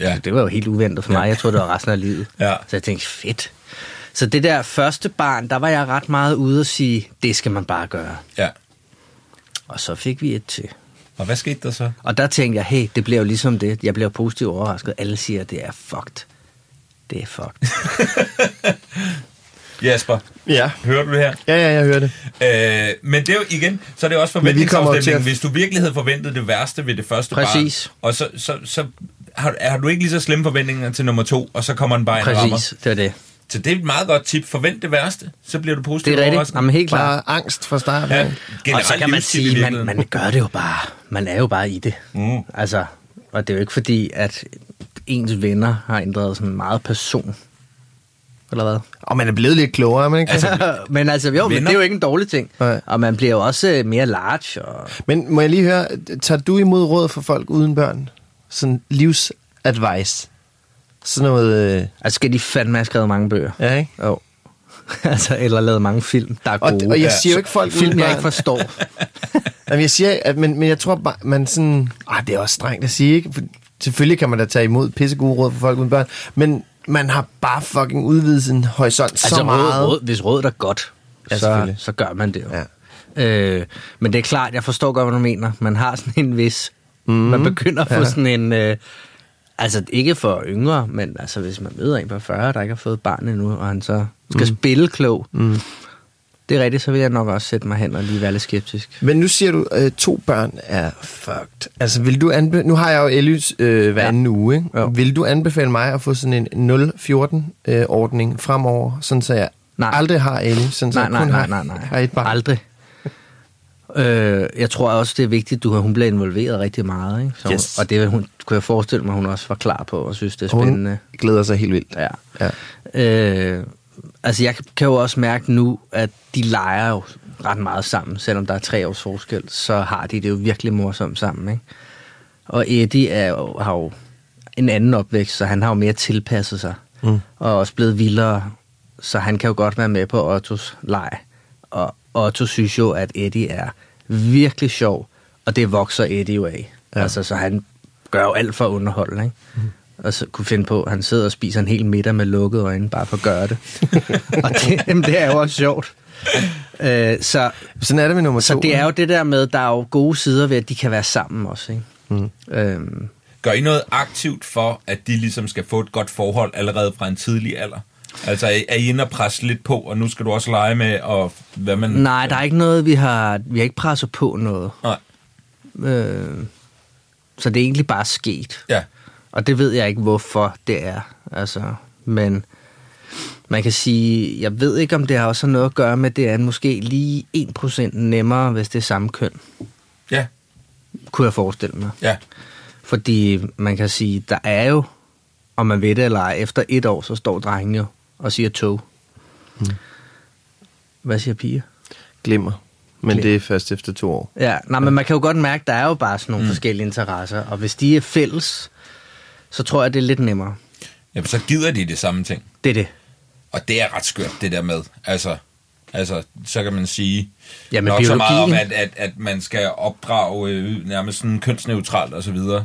B: ja.
C: Ja. Det var jo helt uventet for mig. Jeg troede, det var resten af livet.
B: Ja.
C: Så jeg tænkte, fedt. Så det der første barn, der var jeg ret meget ude og sige, det skal man bare gøre.
B: ja.
C: Og så fik vi et til.
B: Og hvad skete der så?
C: Og der tænkte jeg, hey, det bliver jo ligesom det. Jeg bliver positivt overrasket. Alle siger, at det er fucked. Det er fucked.
B: Jesper,
A: Ja.
B: hører du det her?
A: Ja, ja, jeg hører det.
B: Øh, men det er jo igen, så er det jo også
A: vi kommer
B: forventningsafstemning.
A: til
B: At...
A: at-
B: Hvis du virkelig havde forventet det værste ved det første
C: Præcis.
B: barn, og så, så, så har, har du ikke lige så slemme forventninger til nummer to, og så kommer den bare en rammer.
C: Præcis, det var det.
B: Så det er et meget godt tip. Forvent det værste, så bliver du positiv
C: Det er rigtigt.
B: overrasket.
C: Jamen, helt klart.
A: Bare angst fra starten.
B: Ja,
A: Ja.
B: generelt
C: og så kan man
B: livsstil i
C: sige, man,
B: virkeligheden.
C: man gør det jo bare. Man er jo bare i det.
B: Mm.
C: Altså, og det er jo ikke fordi, at ens venner har ændret sådan meget person. Eller hvad?
A: Og man er blevet lidt klogere, er man ikke? Altså,
C: men altså, jo, men
B: venner?
C: det er jo ikke en dårlig ting.
A: Nej.
C: Og man bliver jo også øh, mere large. Og...
A: Men må jeg lige høre, tager du imod råd fra folk uden børn? Sådan livsadvice? Sådan noget... Øh,
C: Altså, skal de fandme have skrevet mange bøger?
A: ja, ikke?
C: Jo. altså, eller lavet mange film, der er
A: Og,
C: gode.
A: og jeg
B: Ja.
A: siger jo ikke folk uden
C: Film, jeg
A: børn.
C: ikke forstår.
A: Jamen, jeg siger, at, men, men jeg tror bare, man sådan... Ah, det er også strengt at sige, ikke? For selvfølgelig kan man da tage imod pissegode råd fra folk uden børn, men man har bare fucking udvidet sin horisont altså, så
C: altså,
A: meget.
C: Råd, råd, hvis rådet er godt,
A: Ja,
C: ja, så,
A: selvfølgelig.
C: så gør man det jo. Ja. Øh, men det er klart, jeg forstår godt, hvad du mener. Man har sådan en vis... Mm, man begynder at få ja. sådan en... Øh, altså, ikke for yngre, men altså, hvis man møder en på 40, der ikke har fået barn endnu, og han så skal mm. spille klog... Mm. Det er rigtigt, så vil jeg nok også sætte mig hen og lige være lidt skeptisk.
A: Men nu siger du, øh, to børn er fucked. Altså, vil du anbe- nu har jeg jo Elys øh, hver
C: Ja.
A: anden uge, ikke?
C: Jo.
A: Vil du anbefale mig at få sådan en 0-14-ordning fremover, sådan så jeg
C: Nej.
A: aldrig har Elly, sådan så
C: Nej,
A: jeg
C: nej,
A: kun
C: nej,
A: har,
C: nej, nej.
A: har et barn?
C: Aldrig. Øh, jeg tror også, det er vigtigt, du har, hun bliver involveret rigtig meget. Ikke? Så, hun-
A: Yes.
C: Og det vil hun, kunne jeg forestille mig, hun også var klar på og synes, det er spændende.
A: Hun glæder sig helt vildt.
C: Ja.
A: Ja.
C: Øh, altså, jeg kan jo også mærke nu, at de leger jo ret meget sammen. Selvom der er tre års forskel, så har de det jo virkelig morsomt sammen, ikke? Og Eddie er jo, har jo en anden opvækst, så han har jo mere tilpasset sig. Mm. Og er også blevet vildere, så han kan jo godt være med på Ottos leg. Og Otto synes jo, at Eddie er virkelig sjov, og det vokser Eddie jo af. Ja. Altså, så han gør jo alt for at underholde, ikke? Mm. Og så kunne finde på, at han sidder og spiser en hel middag med lukkede øjne, bare for at gøre det. og det, jamen, det er jo også sjovt. Øh, så
A: Sådan er det med nummer
C: så
A: to.
C: det er jo det der med, der er jo gode sider ved, at de kan være sammen også, ikke? Mm. Øhm,
B: Gør I noget aktivt for, at de ligesom skal få et godt forhold allerede fra en tidlig alder? Altså, er I- er I inde og presse lidt på, og nu skal du også lege med, og hvad man...
C: nej, der er ikke noget, vi har, vi har ikke presset på noget.
B: Nej.
C: Øh, så det er egentlig bare sket.
B: Ja.
C: Og det ved jeg ikke, hvorfor det er. Altså, men man kan sige, jeg ved ikke, om det har også noget at gøre med, at det er måske lige 1% nemmere, hvis det er samme køn,
B: Ja,
C: kunne jeg forestille mig.
B: ja,
C: Fordi man kan sige, der er jo, om man ved det eller ej, efter et år, så står drengen jo og siger tog. Mm. Hvad siger piger?
A: Glimmer. Men
C: Glimmer.
A: det er først efter to år.
C: Ja, nej, men man kan jo godt mærke, der er jo bare sådan nogle mm. forskellige interesser, og hvis de er fælles, så tror jeg, det er lidt nemmere.
B: Jamen, så gider de det samme ting.
C: Det er det.
B: Og det er ret skørt, det der med. Altså, altså så kan man sige
C: Jamen,
B: nok så meget om,
C: biologien.
B: at, at, at man skal opdrage øh, nærmest sådan kønsneutralt og så videre.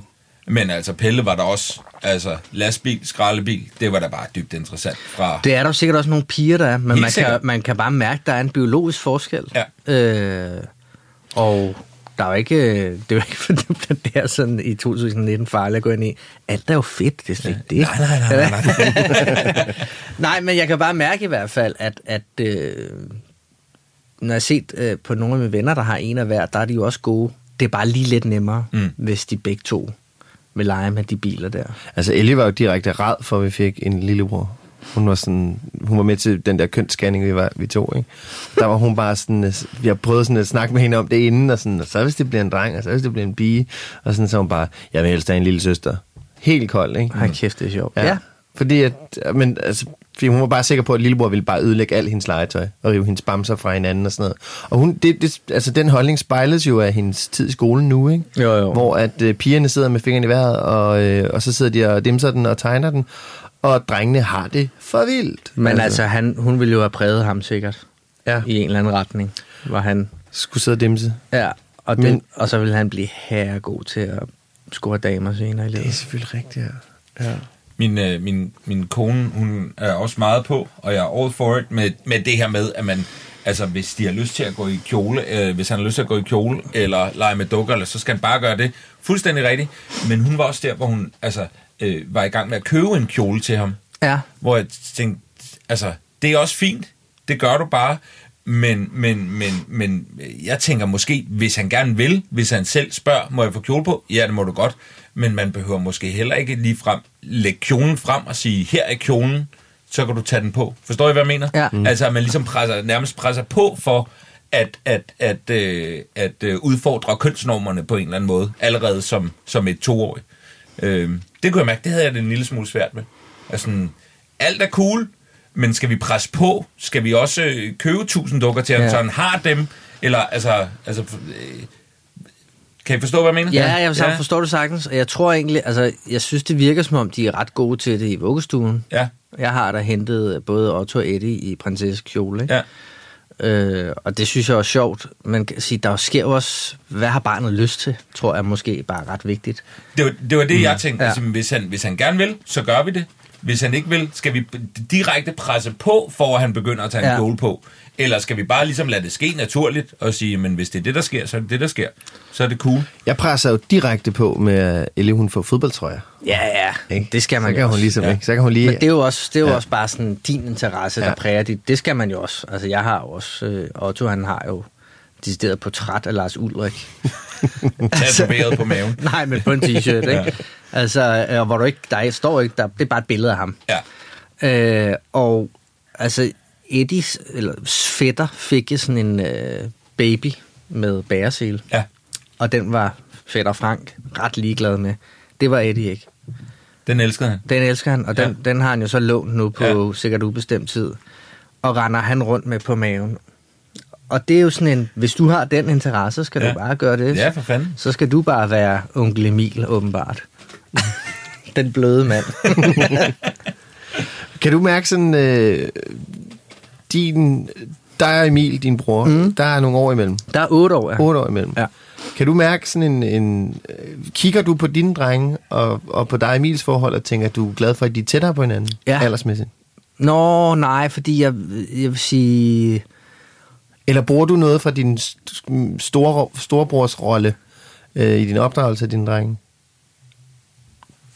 B: Men altså, Pelle var der også. Altså, lastbil, skraldebil, det var da bare dybt interessant. Fra, det.
C: Det er der jo sikkert også nogle piger, der er, men
B: Helt
C: man kan,
B: sikkert.
C: man kan bare mærke, der er en biologisk forskel. Ja. Øh, og der er jo ikke, øh, det er jo ikke, for det er sådan i 2019 farligt at gå ind i. Alt er jo fedt, det er slet ikke det.
B: Nej, nej, nej, nej, nej.
C: Nej, men jeg kan bare mærke i hvert fald, at, at øh, når jeg har set øh, på nogle af mine venner, der har en af hver, der er de jo også gode. Det er bare lige lidt nemmere,
B: Mm.
C: mm. hvis de begge to vil lege med de biler der.
A: Altså, Ellie var jo direkte rad for, at vi fik en lillebror. Hun var, sådan, hun var med til den der kønsscanning, vi, var, vi tog, ikke? Der var hun bare sådan, øh, vi har prøvet sådan at snakke med hende om det inden, og sådan, og så hvis det bliver en dreng, og så hvis det bliver en pige, og sådan, så var hun bare, jeg
B: Mm.
A: vil helst have en lille søster. Helt kold, ikke?
C: Ej, kæft, det er sjovt.
A: Ja. Fordi at, men altså, Fordi hun var bare sikker på, at lillebror ville bare ødelægge alt hendes legetøj og rive hendes bamser fra hinanden og sådan noget. Og hun, det, det, altså, den holdning spejles jo af hendes tid i skolen nu, ikke?
C: Jo, jo.
A: Hvor at øh, pigerne sidder med fingrene i vejret, og, øh, og så sidder de og dimser den og tegner den, og drengene har det for vildt.
C: Men altså, han, hun ville jo have præget ham sikkert
A: Ja.
C: i en eller anden retning, hvor han...
A: Skulle sidde og dimse.
C: Ja, og, det,
A: Men-
C: Men... og så ville han blive herregod til at score damer senere i livet.
A: selvfølgelig rigtigt, ja. ja.
B: Min, øh, min, min kone, hun er også meget på, og jeg er all for it med, med det her med, at man, altså hvis de har lyst til at gå i kjole, øh, hvis han har lyst til at gå i kjole, eller lege med dukker, eller, så skal han bare gøre det. Fuldstændig rigtigt. Men hun var også der, hvor hun altså, øh, var i gang med at købe en kjole til ham.
C: Ja.
B: Hvor jeg tænkte, altså, det er også fint, det gør du bare, men, men, men, men jeg tænker måske, hvis han gerne vil, hvis han selv spørger, må jeg få kjole på? Ja, det må du godt, men man behøver måske heller ikke lige frem lægge kjolen frem og sige, her er kjolen, så kan du tage den på. Forstår I, hvad jeg mener?
C: Ja. Mm.
B: Altså, at man ligesom presser, nærmest presser på for at, at, at, øh, at øh, udfordre kønsnormerne på en eller anden måde, allerede som, som et toårig. Øh, det kunne jeg mærke, det havde jeg det en lille smule svært med. Altså, sådan, alt er cool, men skal vi presse på? Skal vi også øh, købe tusind dukker til ham,
C: Ja.
B: så han har dem? Eller, altså, altså øh, kan I forstå, hvad jeg mener?
C: Ja, jeg ja. forstår det sagtens, og jeg tror egentlig, altså, jeg synes, det virker som om, de er ret gode til det i vuggestuen.
B: Ja,
C: Jeg har da hentet øh, både Otto og Eddie i prinsessekjole, ikke?
B: ja.
C: Øh, og det synes jeg er sjovt. Man kan sige, der sker jo også, hvad har barnet lyst til, tror jeg måske bare er ret vigtigt.
B: Det var det, var det jeg tænkte.
C: Ja.
B: Ja. Altså, hvis, han, hvis han gerne vil, så gør vi det. Hvis han ikke vil, skal vi direkte presse på, for at han begynder at tage ja.
C: Ja.
B: en goal på. Eller skal vi bare ligesom lade det ske naturligt og sige, men hvis det er det, der sker, så er det det, der sker. Så er det cool.
A: Jeg presser jo direkte på med, at Ellie hun får fodboldtrøjer.
C: Ja, ja,
A: Ikke?
C: det skal man
A: så kan
C: jo
A: hun
C: også.
A: ligesom, ja. ikke? Så kan hun lige...
C: Men det er jo også, det er jo
A: Ja.
C: ja. også bare sådan din interesse, der
A: Ja.
C: ja. præger dit. Det skal man jo også. Altså, jeg har jo også... Øh, Otto, han har jo decideret portræt af Lars Ulrik.
B: Tatoveret på maven.
C: Nej, men på en t-shirt, ikke?
B: Ja.
C: ja. Altså, øh, hvor du ikke... Der står ikke... Der, det er bare et billede af ham.
B: Ja.
C: Øh, og altså, Eddies eller fætter fik jo sådan en øh, baby med bæresel.
B: Ja.
C: Og den var fætter Frank ret ligeglad med. Det var Eddie ikke.
B: Den elskede han.
C: Den elsker han, og den, ja. den har han jo så lånt nu på
B: Ja.
C: ja. sikkert ubestemt tid. Og render han rundt med på maven. Og det er jo sådan en, hvis du har den interesse, skal
B: Ja.
C: ja. du bare gøre det.
B: Ja, for fanden.
C: Så skal du bare være onkel Emil, åbenbart. den bløde mand.
A: Kan du mærke sådan, øh, din, dig og Emil, din bror, mm. der er nogle år imellem.
C: Der er otte år, ja.
A: Otte år imellem.
C: Ja.
A: Kan du mærke sådan en, en... øh, Kigger du på dine drenge og, og på dig og Emils forhold og tænker, at du er glad for, at de er tættere på hinanden
C: Ja.
A: aldersmæssigt?
C: Nå, nej, fordi jeg, jeg vil sige...
A: Eller bruger du noget fra din st- store, storebrors rolle øh, i din opdragelse af dine drenge?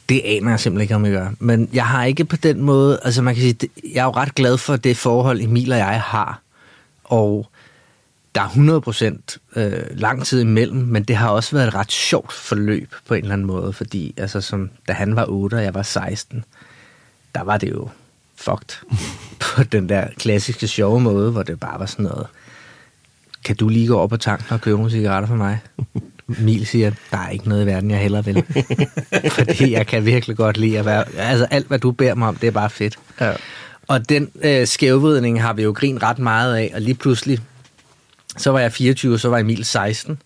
C: Det aner jeg simpelthen ikke, om jeg gør. Men jeg har ikke på den måde... Altså, man kan sige, det- jeg er jo ret glad for det forhold, Emil og jeg har. Og der er 100 procent øh, lang tid imellem, men det har også været et ret sjovt forløb på en eller anden måde, fordi altså, som, da han var 8 og jeg var 16, der var det jo fucked på den der klassiske sjove måde, hvor det bare var sådan noget, kan du lige gå op på tanken og købe nogle cigaretter for mig? Emil siger, der er ikke noget i verden, jeg hellere vil. Fordi jeg kan virkelig godt lide at være... Altså alt, hvad du beder mig om, det er bare fedt.
A: Ja.
C: Og den øh, skævvridning har vi jo grint ret meget af, og lige pludselig, så var jeg 24, og så var Emil 16.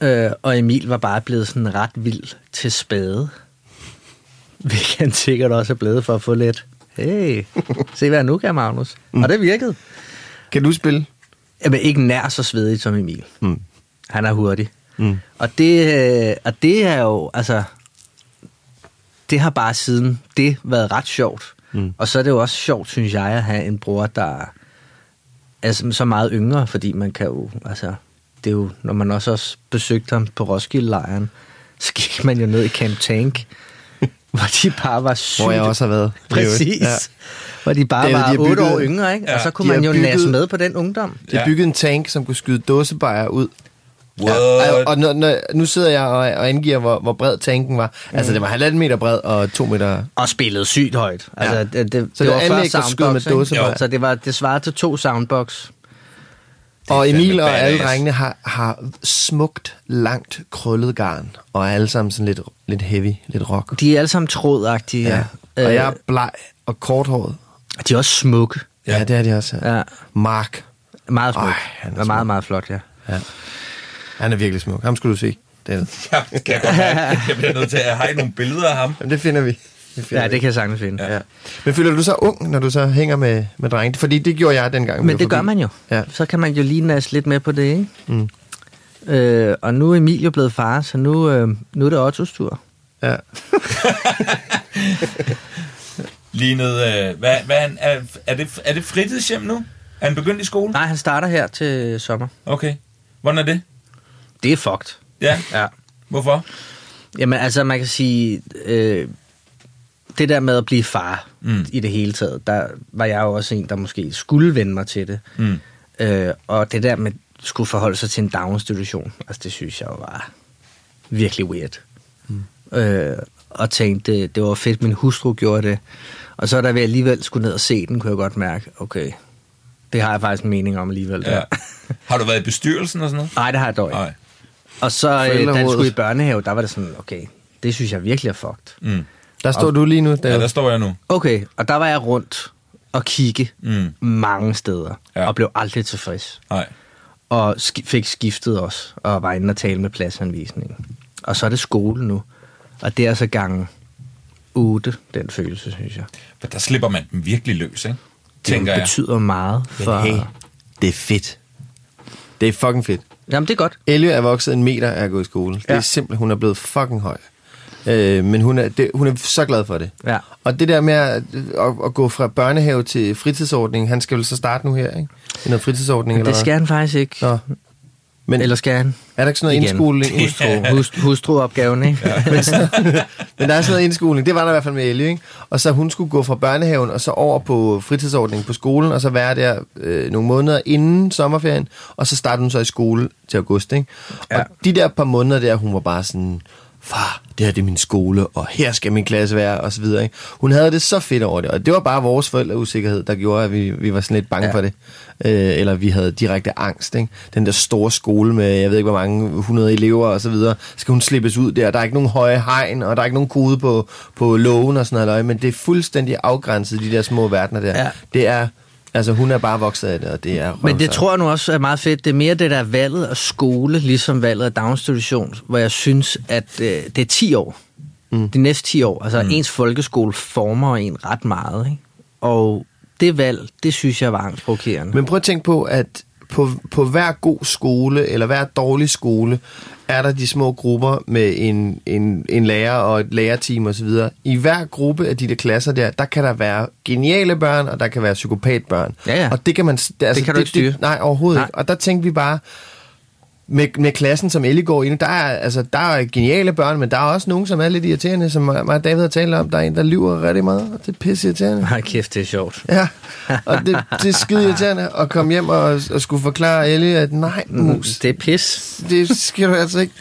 C: Øh, og Emil var bare blevet sådan ret vild til spade. Hvilket han sikkert også er blevet for at få lidt. Hey, se hvad jeg nu kan, Magnus. Mm. Og det virkede.
A: Kan du spille?
C: Jamen, ikke nær så svedig som Emil.
A: Mm.
C: Han er hurtig.
A: Mm.
C: Og det, øh, og det er jo, altså, det har bare siden det været ret sjovt. Mm. Og så er det jo også sjovt, synes jeg, at have en bror, der er sådan så meget yngre, fordi man kan jo, altså, det er jo, når man også, også besøgte ham på Roskilde-lejren, så gik man jo ned i Camp Tank, hvor de bare var sygt.
A: Hvor jeg også har været.
C: Præcis.
A: Ja.
C: Ja. Hvor de bare
A: Det er jo, de
C: var
A: har
C: otte
A: bygget-
C: år yngre, ikke? Ja, og
B: Ja,
C: så kunne
A: de
C: man
A: har
C: jo
A: bygget-
C: næse med på den ungdom.
A: De har
B: Ja.
A: bygget en tank, som kunne skyde dåsebajer ud.
B: What?
A: og nu, nu, nu sidder jeg og, og angiver, hvor, hvor bred tanken var.
C: Mm.
A: Altså, den var halvanden meter bred og to meter...
C: og spillede sygt højt. Altså,
A: Ja.
C: ja. det, det,
A: Så
C: det,
A: det
C: var
A: er
C: før
A: anlæg, der skød med
C: soundbox, ikke?
A: dåsebar.
C: Jo. Så det, var, det svarede til to soundbox.
A: Og
B: fandme
A: Emil og alle
B: badass.
A: drengene har, har smukt, langt, krøllet garn. Og er alle sammen sådan lidt, lidt heavy, lidt rock.
C: De er alle sammen trådagtige.
A: Ja.
C: Ja. Øh,
A: Og jeg er bleg og korthåret
C: De er også smukke.
A: Ja, ja det er de også. Ja.
C: Ja.
A: Mark.
C: Meget smukke.
A: Ej,
C: Ej,
A: han er
C: er
A: smuk.
C: meget, meget flot, ja.
A: Han er virkelig smuk. Ham skulle du se. Den.
B: Jeg, kan jeg, godt mærke, jeg bliver nødt til at have nogle billeder af ham.
A: Jamen, det finder vi. Det finder
C: Ja,
A: vi.
C: det kan jeg sagtens finde. Ja.
A: Ja. Men føler du dig så ung, når du så hænger med, med drenge? Fordi det gjorde jeg dengang. vi
C: Men
A: var
C: det gør
A: forbi.
C: man jo.
A: Ja.
C: Ja. Så kan man jo lige næste lidt med på det, ikke? Mm. Øh, og nu er Emil jo blevet far, så nu, øh, nu er det Ottos tur.
A: ja.
B: Lignede, øh, hvad, hvad er han, er, er, det, er det fritidshjem nu? Er han begyndt i skole?
C: Nej, han starter her til sommer.
B: Okay. Hvordan er det?
C: Det er fucked.
B: Ja.
C: Ja.
B: Hvorfor?
C: Jamen altså, man kan sige, øh, det der med at blive far
B: Mm.
C: mm. i det hele taget, der var jeg jo også en, der måske skulle vende mig til det.
B: Mm.
C: Øh, og det der med at skulle forholde sig til en daginstitution, altså det synes jeg jo var virkelig weird. Mm. Øh, og tænkte, det, det var fedt, min hustru gjorde det. Og så er der ved alligevel skulle ned og se den, kunne jeg godt mærke, okay, det har jeg faktisk en mening om alligevel.
B: Ja.
C: der.
B: Har du været i bestyrelsen og sådan noget?
C: Nej, det har jeg dog ikke.
B: Nej.
C: Og så øh, da jeg
A: Forældrerådet.
C: skulle i børnehave, der var det sådan, okay, det synes jeg virkelig er fucked.
B: Mm.
A: Der står du lige nu,
B: Ja,
A: David.
B: der står jeg nu.
C: Okay, og der var jeg rundt og kigge
B: Mm.
C: mange steder,
B: Ja.
C: ja. og blev aldrig tilfreds.
B: Nej.
C: Og sk- fik skiftet også, og var inde og tale med pladsanvisningen. Og så er det skole nu, og det er så gange 8, den følelse, synes jeg.
B: Men der slipper man den virkelig løs, ikke? Tænker
C: det
B: jeg.
C: betyder meget for...
A: Men hey, det er fedt. Det er fucking fedt.
C: Jamen, det er godt.
A: Ellie er vokset en meter af at gå i skole. Ja. Det er
C: Ja.
A: simpelthen, hun er blevet fucking høj. Øh, men hun er, det, hun er så glad for det.
C: Ja.
A: Og det der med at, at, at gå fra børnehave til fritidsordning, han skal vel så starte nu her, ikke? I noget fritidsordning eller
C: Det skal han faktisk ikke.
A: hvad? Nå. Men
C: Eller skal han?
A: er der ikke sådan noget
C: igen.
A: indskoling?
C: Hustru, hust, hustruopgaven, ikke? Ja.
A: Men der er sådan noget indskoling. Det var der i hvert fald med Ellie, ikke? Og så hun skulle gå fra børnehaven og så over på fritidsordningen på skolen, og så være der øh, nogle måneder inden sommerferien, og så startede hun så i skole til august, ikke? Ja. Og de der par måneder der, hun var bare sådan, far, det her det er min skole, og her skal min klasse være, og så videre, ikke? Hun havde det så fedt over det, og det var bare vores forældreusikkerhed, der gjorde, at vi, vi var sådan lidt bange ja. for det. Øh, eller vi havde direkte angst, ikke? Den der store skole med, jeg ved ikke, hvor mange 100 elever og så videre, skal hun slippes ud der, der er ikke nogen høje hegn, og der er ikke nogen kode på, på lågen og sådan noget, løg, men det er fuldstændig afgrænset, de der små verdener der. Ja.
C: Ja.
A: Det er, altså hun er bare vokset af det, og det er
C: Men det
A: røvsejt.
C: tror jeg nu også er meget fedt. Det er mere det der valget af skole, ligesom valget af daginstitution, hvor jeg synes, at øh, det er 10 år. Mm. De næste 10 år. Altså mm. ens folkeskole former en ret meget. Ikke? Og det valg, det synes jeg var angstprovokerende. Men,
A: Men prøv at tænke på, at på, på hver god skole, eller hver dårlig skole, er der de små grupper med en, en, en lærer og et lærerteam osv. I hver gruppe af de der klasser der, der kan der være geniale børn, og der kan være psykopatbørn.
C: Ja, ja.
A: Og det kan man... s- Altså,
C: kan du ikke styre.
A: Det, nej, overhovedet nej.
C: Nej.
A: ikke. Og der tænkte vi bare, med, med klassen, som Ellie går ind, der er, altså, der er geniale børn, men der er også nogen, som er lidt irriterende, som mig og David har talt om. Der er en, der lyver rigtig meget, og det er pisse irriterende.
C: Ej, kæft, det er sjovt.
A: Ja, og det, det er skide irriterende at komme hjem og, og skulle forklare Ellie, at nej, mus,
C: Mm, Det er pis.
A: det skal du altså ikke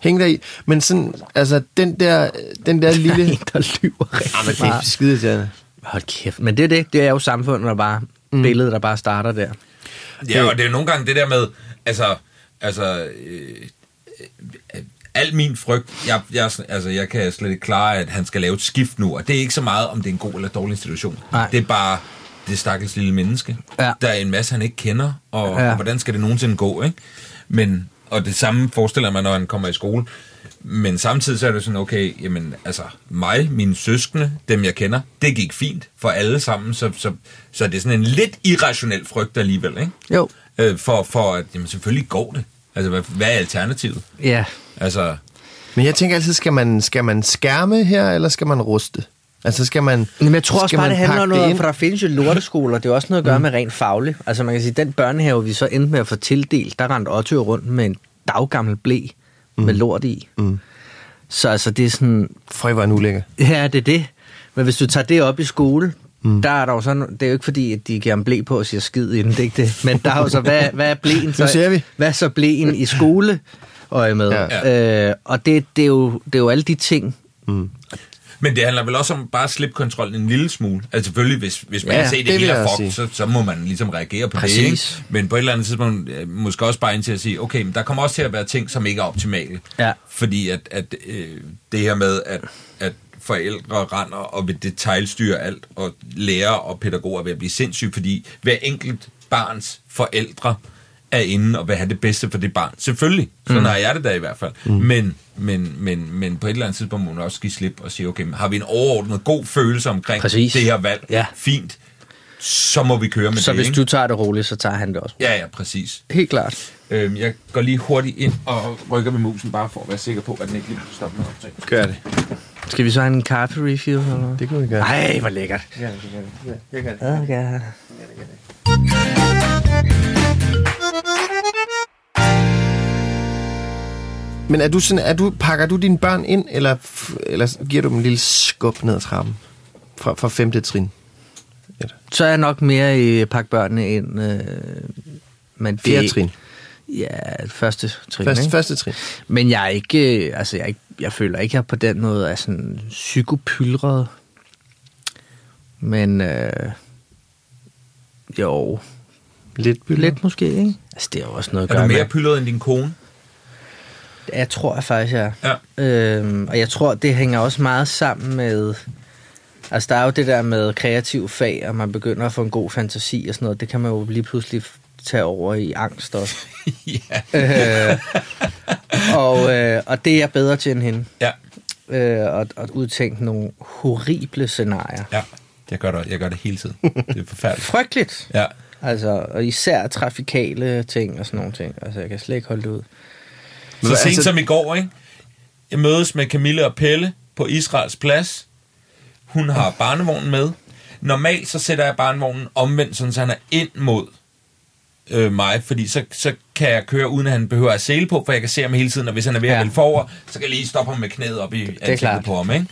A: hænge dig i. Men sådan, altså, den der, den der
C: Det er
A: lille...
C: en, der lyver rigtig
A: Det er
C: meget.
A: skide irriterende.
C: Hold kæft. Men det er det. Det er jo samfundet, der bare... Mm. Billedet, der bare starter der.
B: Ja, og det er jo nogle gange det der med, altså, altså, øh, øh, al min frygt, jeg, jeg, er sådan- altså, jeg kan slet ikke klare, at han skal lave et skift nu, og det er ikke så meget, om det er en god eller dårlig institution.
C: Nej.
B: Det er bare det stakkels lille menneske.
C: Ja.
B: Der er en masse, han ikke kender, og, ja.
C: Ja.
B: og hvordan skal det nogensinde gå, ikke? Men, og det samme forestiller man, når han kommer i skole. Men samtidig så er det sådan, okay, jamen, altså, mig, mine søskende, dem jeg kender, det gik fint for alle sammen, så, så, så det er sådan en lidt irrationel frygt alligevel, ikke?
C: Jo.
B: øh, for, for at jamen, selvfølgelig går det. Altså, hvad, hvad er alternativet?
C: Ja.
B: Altså,
A: Men jeg tænker altid, skal man, skal man skærme her, eller skal man ruste? Altså, skal man
C: Men jeg tror også
A: skal
C: bare,
A: man
C: det handler
A: pakke
C: om noget,
A: ind? Mm.
C: om, for der findes jo lorteskoler, det er også noget at gøre med rent fagligt. Altså man kan sige, den børnehave, vi så endte med at få tildelt, der rendte Otto jo rundt med en daggammel blæ
A: Mm.
C: med lort i. Så altså det er sådan,
A: Føj, hvor er den ulækker.
C: ja det er det. Men hvis du tager det op i skole,
A: Mm.
C: der er der jo sådan, det er jo ikke fordi, at de giver en blæ på og siger skid inden, det er ikke det. Men der er jo så, hvad, hvad er blæen så?
A: Nu ser vi.
C: Hvad er så blæen i skole? Øje med.
B: Ja.
C: Ja. Øh, og det, det, er jo, det er jo alle de ting,
B: men det handler vel også om bare at slippe kontrollen en lille smule. Altså selvfølgelig, hvis, hvis man ja,
A: Ja,
B: kan se, det,
A: det vil
B: det hele
A: jeg
B: er
A: også
B: fucked, så, så må man ligesom reagere på det,
C: Præcis.
B: ikke? Men på et eller andet tidspunkt, øh, måske også bare ind til at sige, okay, men der kommer også til at være ting, som ikke er optimale.
C: Ja.
B: Fordi at, at øh, det her med, at, at forældre render og vil detaljstyre alt, og lærere og pædagoger er ved at blive sindssyge, fordi hver enkelt barns forældre er inde og vil have det bedste for det barn. Selvfølgelig. Sådan mm. har jeg det da i hvert fald. Mm. Men, men, men, men på et eller andet tidspunkt må man også give slip og sige, okay, men har vi en overordnet god følelse omkring
C: Præcis.
B: det her valg?
C: Ja.
B: Fint. Så må vi køre med
C: Så
B: det,
C: hvis
B: ikke?
C: du tager det roligt, så tager han det også.
B: Ja, ja, præcis.
C: Helt klart.
B: Øhm, jeg går lige hurtigt ind og rykker med musen, bare for at være sikker på, at den ikke lige stopper med optag.
A: Gør det.
C: Skal vi så have en kaffe review? Eller?
A: Det kunne vi gøre.
C: Ej, hvor lækkert.
A: Jeg gør det.
C: Okay.
A: Men er du sådan, er du, pakker du dine børn ind, eller, f- eller giver du dem en lille skub ned ad trappen fra, fra femte trin?
C: Så er jeg nok mere i pakke børnene ind. Øh, men det,
A: Fjerde trin.
C: Ja, første trin.
A: Første,
C: ikke?
A: første trin.
C: Men jeg er ikke, øh, altså jeg, er ikke, jeg føler ikke, jeg på den måde er sådan psykopylret. Men øh, jo,
A: Lidt bylder.
C: lidt måske, ikke? Altså det er jo også noget at
B: Er
C: gøre
B: du mere
C: med.
B: pylret end din kone?
C: Ja, Jeg tror jeg faktisk, jeg
B: Ja.
C: Øhm, og jeg tror, det hænger også meget sammen med... Altså, der er jo det der med kreativ fag, og man begynder at få en god fantasi og sådan noget. Det kan man jo lige pludselig f- tage over i angst også.
B: ja.
C: øh, og, øh, og det er jeg bedre til end hende.
B: ja.
C: Øh, og, og udtænke nogle horrible scenarier.
B: Ja. Jeg gør det, jeg gør det hele tiden. Det er forfærdeligt.
C: Frygteligt!
B: Ja.
C: Altså, og især trafikale ting og sådan nogle ting. Altså, jeg kan slet ikke holde det ud.
B: Så
C: altså-
B: sent som i går, ikke? Jeg mødes med Camilla og Pelle på Israels plads. Hun har barnevognen med. Normalt så sætter jeg barnevognen omvendt, sådan så han er ind mod øh, mig, fordi så, så kan jeg køre, uden at han behøver at sæle på, for jeg kan se ham hele tiden, og hvis han er ved at
C: Ja.
B: vælge forover, så kan jeg lige stoppe ham med knæet op i ansigtet
C: klart.
B: på ham. Ikke?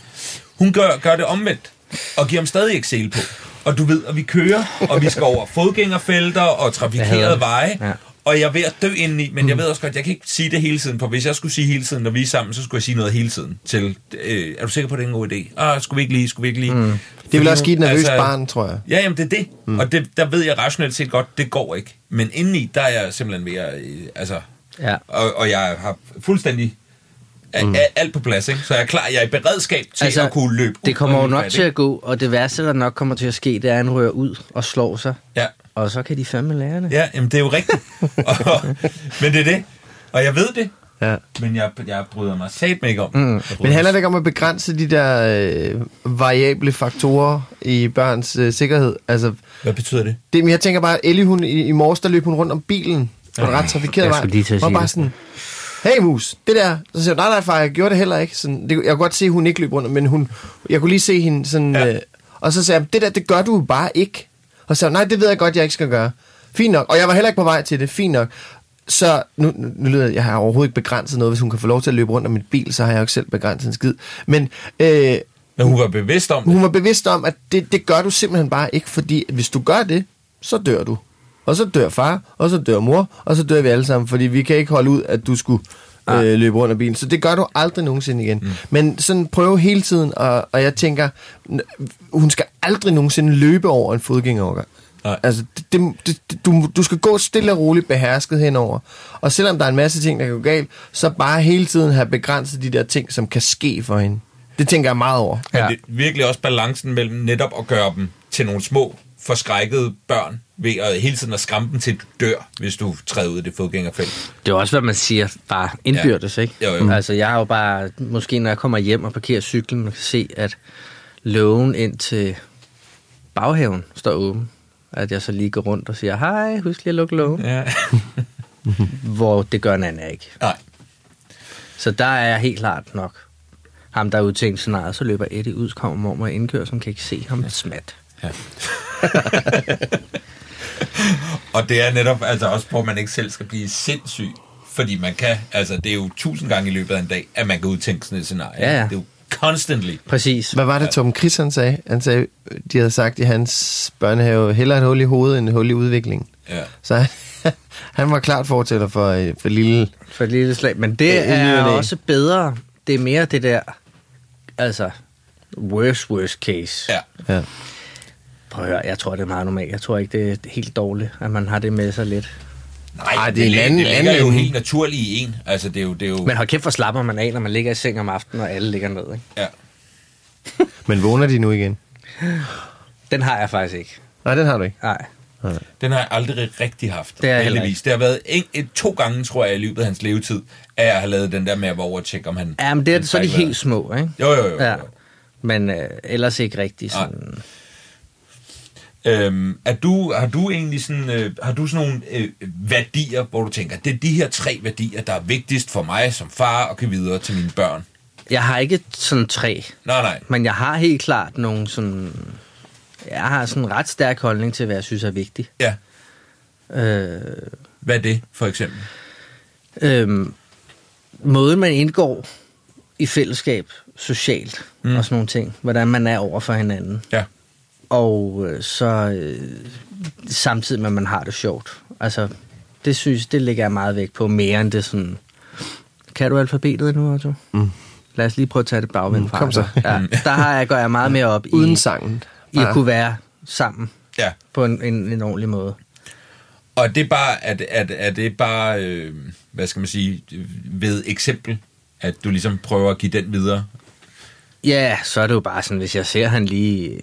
B: Hun gør, gør det omvendt, og giver ham stadig ikke sæle på. Og du ved, at vi kører, og vi skal over fodgængerfelter og
C: Jeg hader
B: trafikerede
C: det.
B: veje,
C: Ja.
B: ja. og jeg er ved at dø indeni, men
A: Mm.
B: jeg ved også godt, jeg kan ikke sige det hele tiden, for hvis jeg skulle sige hele tiden, når vi er sammen, så skulle jeg sige noget hele tiden til, øh, er du sikker på, at det er en god idé? Ah, skulle vi ikke lige, skulle vi ikke lige? Mm.
A: Det vil også give et nervøst altså, barn, tror jeg.
B: Ja, jamen det er det. Mm. Og det, der ved jeg rationelt set godt, det går ikke. Men indeni, der er jeg simpelthen ved at... øh, Altså,
C: Ja.
B: og, og jeg har fuldstændig mm. alt på plads, ikke? Så jeg er klar, jeg er i beredskab til altså, at kunne løbe. ud
C: det kommer
B: og
C: jo
B: gribe
C: nok
B: fat,
C: til
B: ikke?
C: at gå, og det værste, der nok kommer til at ske, det er, at han rører ud og slår sig.
B: Ja,
C: Og så kan de fandme lære det.
B: ja jamen det er jo rigtigt. og, men det er det. Og jeg ved det,
A: Ja.
B: men jeg, jeg bryder mig satme ikke om.
C: Mm.
B: Jeg bryder
A: Men
B: mig
A: handler det ikke om at begrænse de der øh, variable faktorer i børns øh, sikkerhed? Altså,
B: Hvad betyder det?
A: det, men jeg tænker bare, Ellie, hun, i, i morges, der løb hun rundt om bilen på en ret trafikeret
C: Jeg
A: vej.
C: skulle lige til at
A: Hun var
C: sige
A: bare
C: det.
A: sådan, hey mus, det der. Så siger hun, nej, nej, far, jeg gjorde det heller ikke. Sådan, det, jeg kunne godt se, at hun ikke løb rundt, men hun, jeg kunne lige se hende sådan... Ja. Øh, og så sagde jeg, det der, det gør du jo bare ikke. Og så sagde hun, nej, det ved jeg godt, jeg ikke skal gøre. Fint nok. Og jeg var heller ikke på vej til det, fint nok. Så nu, nu, nu lyder jeg, jeg har overhovedet ikke begrænset noget. Hvis hun kan få lov til at løbe rundt om en bil, så har jeg jo ikke selv begrænset en skid. Men øh,
B: Men hun var bevidst om det.
A: hun var bevidst om, at det, det gør du simpelthen bare ikke, fordi hvis du gør det, så dør du. Og så dør far, og så dør mor, og så dør vi alle sammen, fordi vi kan ikke holde ud, at du skulle øh, løbe rundt af bilen. Så det gør du aldrig nogensinde igen. Mm. Men sådan prøv hele tiden, og, og jeg tænker, n- hun skal aldrig nogensinde løbe over en fodgængerovergang.
B: Nej.
A: Altså, det, det, det, du, du skal gå stille og roligt behersket henover. Og selvom der er en masse ting, der kan gå galt, så bare hele tiden have begrænset de der ting, som kan ske for hende. Det tænker jeg meget over.
B: Men
C: Ja.
B: det er virkelig også balancen mellem netop at gøre dem til nogle små, forskrækkede børn, ved at hele tiden at skræmme dem til, at du dør, hvis du træder ud i det fodgængerfelt.
C: Det er jo også, hvad man siger, bare indbyrdes, ikke?
B: Jo, jo.
C: Altså, jeg har jo bare, måske når jeg kommer hjem og parkerer cyklen, man kan se, at lågen ind til baghaven står åben. At jeg så lige går rundt og siger, hej, husk lige at lukke lågen.
B: Ja.
C: Hvor det gør Nana ikke.
B: Nej.
C: Så der er jeg helt klart nok. Ham, der er udtænkt scenariet, så løber Eddie ud, kommer mormor og indkører, som kan ikke se ham. Smat.
B: Og det er netop altså også, hvor man ikke selv skal blive sindssyg. Fordi man kan, altså det er jo tusind gange i løbet af en dag, at man kan udtænke sådan et scenarie.
C: Ja, ja.
B: Det er jo constantly.
C: Præcis.
A: Hvad var det, Tom Chris han sagde? Han sagde, de havde sagt i hans børnehave, hellere et hul i hovedet end et hul i udviklingen.
B: Ja.
A: Så han, han var klart fortæller for, øh, for lille.
C: For et lille slag. Men
A: Ja,
C: det
A: i ny
C: er
A: og næ.
C: også bedre. Det er mere det der, altså, worst, worst case.
B: Ja.
A: Ja.
C: Prøv at høre, jeg tror, det er meget normalt. Jeg tror ikke, det er helt dåligt, at man har det med sig lidt.
B: Nej,
A: Ej,
B: det, det,
A: en
B: ligger-
A: anden-
B: det ligger
A: anden
B: jo
A: ende.
B: helt naturligt i en. Altså det er jo... Det er jo
C: Men hold kæft, hvor slapper man af, når man ligger i seng om aftenen, og alle ligger ned, ikke?
B: ja.
A: Men vågner de nu igen?
C: Den har jeg faktisk ikke.
A: Nej, den har du ikke.
C: Nej.
B: Den har jeg aldrig rigtig haft,
C: Det har jeg heller
B: heldigvis. Det har været en, et, to gange, tror jeg, i løbet af hans levetid, at jeg har lavet den der med at være over og tjekke, om han...
C: Ja, men det er,
B: han
C: så er de
B: trækker
C: helt
B: vejret.
C: små, ikke?
B: Jo, jo, jo. jo.
C: Ja. Men øh, ellers ikke rigtig sådan...
B: Øhm, er du, har du egentlig sådan, øh, har du sådan nogle øh, værdier, hvor du tænker, det er de her tre værdier, der er vigtigst for mig som far og kan videre til mine børn?
C: Jeg har ikke sådan tre,
B: Nej, nej.
C: men jeg har helt klart nogle sådan... Jeg har sådan en ret stærk holdning til, hvad jeg synes er vigtigt.
B: Ja.
C: Øh,
B: Hvad er det, for eksempel?
C: øhm, måden, man indgår i fællesskab, socialt mm. og sådan nogle ting. Hvordan man er over for hinanden.
B: Ja.
C: Og øh, så øh, samtidig med, at man har det sjovt. Altså, det synes det lægger jeg meget vægt på, mere end det sådan... Kan du alfabetet nu, Otto? Mm. Lad os lige prøve at tage det bagvendt fra.
A: kom så.
C: dig. Ja, der har jeg, går jeg meget mere op i,
A: Uden sangen.
C: i at kunne være sammen
B: Ja.
C: på en, en, en ordentlig måde.
B: Og er det bare, at, at, er det bare øh, hvad skal man sige, ved eksempel, at du ligesom prøver at give den videre?
C: Ja, så er det jo bare sådan, hvis jeg ser, at han lige øh,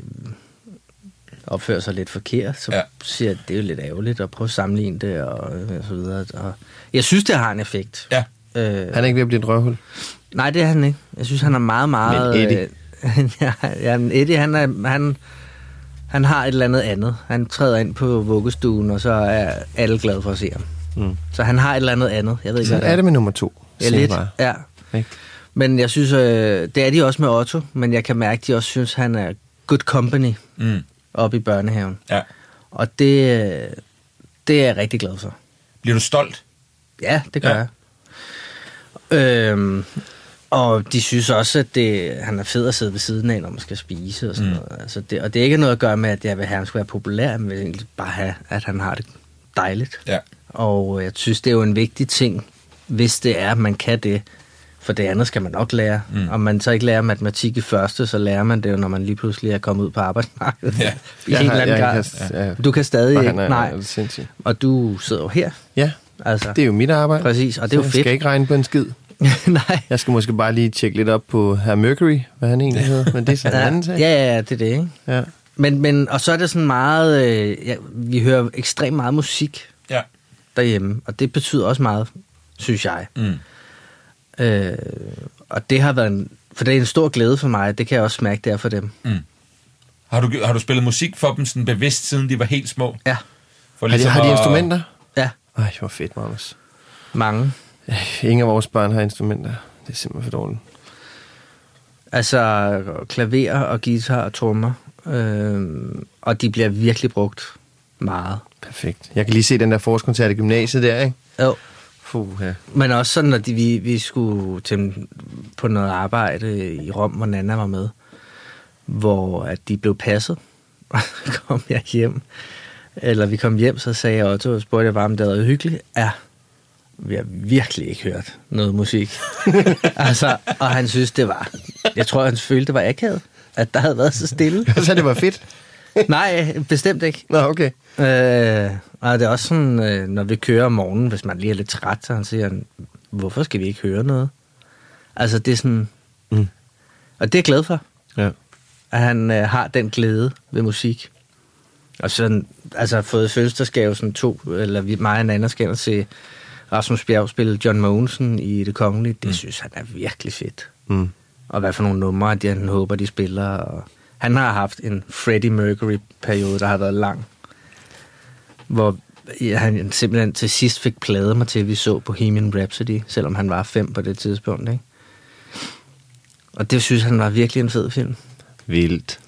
C: opfører sig lidt forkert, så
B: Ja.
C: ja. siger jeg, at det er jo lidt ærgerligt at prøve at sammenligne det og, øh, og så videre. Og jeg synes, det har en effekt.
B: Ja.
C: Øh,
A: Han er ikke ved at blive et røvhul.
C: Nej, det er han ikke. Jeg synes, han er meget, meget...
A: Men Eddie?
C: øh, ja, ja, men Eddie, han, er, han, han har et eller andet andet. Han træder ind på vuggestuen, og så er alle glade for at se ham. Mm. Så han har et eller andet andet. Jeg ved ikke,
A: Så
C: hvad
A: er det med nummer to.
C: Ja, lidt. Ja.
A: Ikke?
C: Men jeg synes, øh, det er de også med Otto, men jeg kan mærke, de også synes, han er good company
B: Mm.
C: oppe i børnehaven.
B: Ja.
C: Og det, øh, det er jeg rigtig glad for.
B: Bliver du stolt?
C: Ja, det gør
B: Ja.
C: ja. jeg. Øhm, og de synes også, at det, han er fed at sidde ved siden af, når man skal spise og sådan mm. noget. Altså det, og det er ikke noget at gøre med, at jeg vil have, at han skulle være populær, men jeg vil egentlig bare have, at han har det dejligt.
B: Ja.
C: Og øh, jeg synes, det er jo en vigtig ting, hvis det er, at man kan det. For det andet skal man nok lære. Mm. Om man så ikke lærer matematik i første, så lærer man det jo, når man lige pludselig er kommet ud på arbejdsmarkedet.
B: Ja.
C: I en eller anden grad.
A: ja.
C: Du kan stadig ikke.
A: Han er,
C: Nej.
A: Er sindssyg.
C: Og du sidder jo her.
A: ja,
C: Altså.
A: det er jo mit arbejde.
C: Præcis, og det er jo
A: Så Jeg
C: fedt.
A: skal ikke regne på en skid.
C: Nej.
A: Jeg skal måske bare lige tjekke lidt op på Herr Mercury, hvad han egentlig hedder. Men det er sådan en anden sag.
C: Ja, ja, ja, det er det, ikke?
A: ja.
C: Men, men, og så er det sådan meget, øh, ja, vi hører ekstremt meget musik
B: Ja.
C: derhjemme, og det betyder også meget, synes jeg.
B: Mm.
C: Øh, og det har været en, for det er en stor glæde for mig, det kan jeg også mærke, det er for dem.
B: Mm. Har du, har du spillet musik for dem sådan bevidst, siden de var helt små?
C: Ja,
B: For ligesom
A: Har de, har de
B: at-
A: instrumenter?
C: ja,
A: Ej, hvor fedt, Magnus.
C: mange.
A: Øh, Ingen af vores børn har instrumenter. Det er simpelthen for dårligt.
C: Altså klaver og guitar og trommer, øh, og de bliver virkelig brugt meget.
A: Perfekt. Jeg kan lige se den der forårskoncert i gymnasiet der, ikke?
C: Jo.
A: Fuh, ja.
C: Men også sådan, når de, vi, vi skulle til, på noget arbejde i Rom, hvor Nana var med, hvor at de blev passet, og så kom jeg hjem. Eller vi kom hjem, så sagde jeg Otto, og spurgte jeg bare, om det havde været hyggeligt. Ja, vi har virkelig ikke hørt noget musik. altså, og han synes, det var. Jeg tror, han følte, det var akavet, at der havde været så stille.
A: Så det var fedt.
C: Nej, bestemt ikke.
A: Nå, okay.
C: Øh, og det er også sådan, øh, når vi kører om morgenen, hvis man lige er lidt træt, så han siger, han, hvorfor skal vi ikke høre noget? Altså, det er sådan...
A: Mm.
C: Og det er jeg glad for,
A: Ja.
C: at han øh, har den glæde ved musik. Og sådan, altså har fået fødselsdagsgave sådan to, eller vi, mig og en anden skal ind og se Rasmus Bjerg spille John Mogensen i Det Kongelige. Det mm. synes han er virkelig fedt.
A: Mm.
C: Og hvad for nogle numre, de, han håber, de spiller. Og han har haft en Freddie Mercury-periode, der har været lang. Hvor han simpelthen til sidst fik pladet mig til, at vi så Bohemian Rhapsody, selvom han var fem på det tidspunkt. Ikke? Og det synes han var virkelig en fed film.
A: Vildt.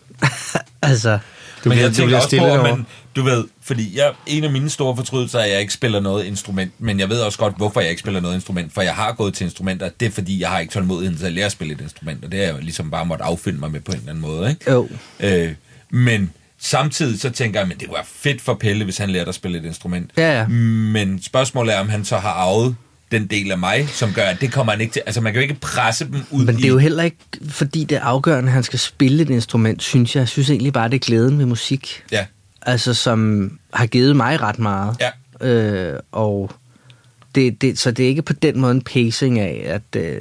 C: Altså,
A: Du
B: men
A: bliver-
B: jeg
A: du
B: tænker
A: bliver
B: også
A: stille
B: på,
A: derovre.
B: men, du ved, fordi jeg, en af mine store fortrydelser er, at jeg ikke spiller noget instrument, men jeg ved også godt, hvorfor jeg ikke spiller noget instrument, for jeg har gået til instrumenter, det er fordi, jeg har ikke tålmodigheden til at lære at spille et instrument, og det har jeg jo ligesom bare måtte affinde mig med på en eller anden måde, ikke?
C: Jo.
B: Øh, men samtidig så tænker jeg, men det kunne være fedt for Pelle, hvis han lærte at spille et instrument.
C: Ja, ja.
B: Men spørgsmålet er, om han så har arvet den del af mig, som gør, at det kommer han ikke til. Altså, man kan jo ikke presse dem ud
C: men det
B: i...
C: er jo heller ikke, fordi det er afgørende, at han skal spille et instrument, synes jeg. Jeg synes egentlig bare, det er glæden ved musik.
B: Ja,
C: altså som har givet mig ret meget.
B: Ja.
C: Øh, og det, det, så det er ikke på den måde en pacing af, at øh,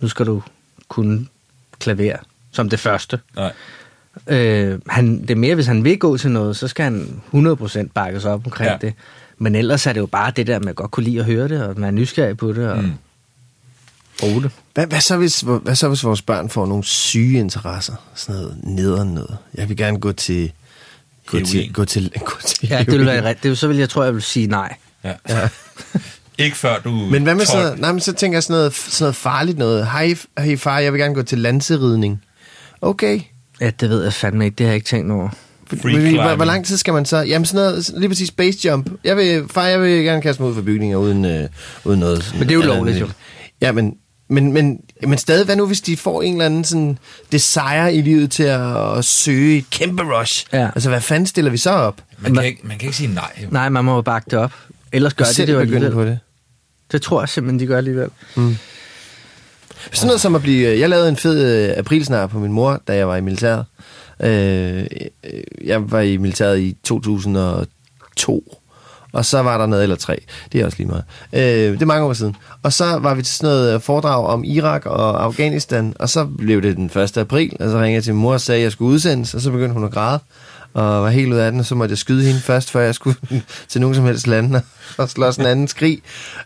C: nu skal du kunne klaver som det første.
B: Nej.
C: Øh, han, det er mere, hvis han vil gå til noget, så skal han 100% bakkes op omkring
B: Ja.
C: ja. det. Men ellers er det jo bare det der med at godt kunne lide at høre det, og man er nysgerrig på det, og mm. bruge det.
A: Hvad, hvad, så hvis, hvor- hvad så hvis vores børn får nogle syge interesser? Sådan noget nederen noget. Jeg vil gerne gå til... Gå
B: Heroin.
A: til, gå til, gå til
C: Ja, det ville
A: heroin.
C: være rigtigt. Det, så vil jeg tror, jeg vil sige nej.
B: Ja. ja. Ikke før du...
A: Men hvad med
B: tolv.
A: sådan noget, nej, men så tænker jeg sådan noget, sådan noget farligt noget. Hej, hej far, jeg vil gerne gå til lanseridning. Okay.
C: Ja, det ved jeg fandme ikke. Det har jeg ikke tænkt over.
B: Free
A: Men hvor, hvor
B: climbing.
A: lang tid skal man så? Jamen sådan noget, lige præcis base jump. Jeg vil, far, jeg vil gerne kaste mig ud for bygninger uden, øh, uden noget. sådan-
C: Men det er jo
A: eller
C: lovligt,
A: andet.
C: jo.
A: Ja, men, men, men, men stadig, hvad nu hvis de får en eller anden sådan desire i livet til at, at søge et kæmpe rush?
C: Ja.
A: Altså hvad fanden stiller vi så op?
B: Man kan, ikke, man kan ikke sige nej. Jo.
C: Nej, man må jo bakke det op. Ellers gør de
A: Selv
C: det jo
A: begynde
C: alligevel.
A: på det.
C: Det tror jeg simpelthen, de gør alligevel.
A: Sådan noget som at blive... Jeg lavede en fed øh, aprilsnar på min mor, da jeg var i militæret. Øh, øh, jeg var i militæret i 2002. Og så var der noget, eller tre. Det er også lige meget. Øh, det er mange år siden. Og så var vi til sådan noget øh, foredrag om Irak og Afghanistan. Og så blev det den 1. april. Og så ringede jeg til min mor og sagde, at jeg skulle udsendes. Og så begyndte hun at græde. Og var helt ud af den, og så måtte jeg skyde hende først, før jeg skulle til nogen som helst lande og slås en anden skrig.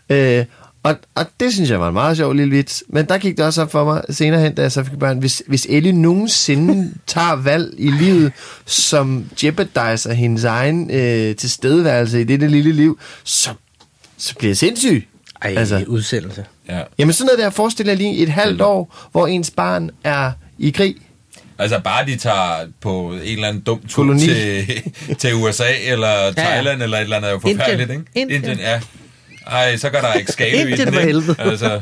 A: Øh, og, og det synes jeg var en meget sjov lille vits. Men der gik det også op for mig senere hen, da jeg så fik børn. Hvis, hvis Ellie nogensinde tager valg i livet, som jeopardiser hendes egen øh, tilstedeværelse i dette lille liv, så, så bliver jeg sindssyg.
C: Ej, altså.
A: Altså.
C: udsendelse.
B: Ja.
A: Jamen sådan noget der, forestil jer lige et halvt år, hvor ens barn er i krig.
B: Altså bare de tager på en eller anden dum tur
A: Koloni.
B: til, til USA eller Thailand ja. eller et eller andet, er jo forfærdeligt,
C: Indien.
B: ikke? Indien, ja. Ej, så går der ikke skale i
C: Indien
B: den,
C: for
B: ikke?
C: helvede.
B: Altså,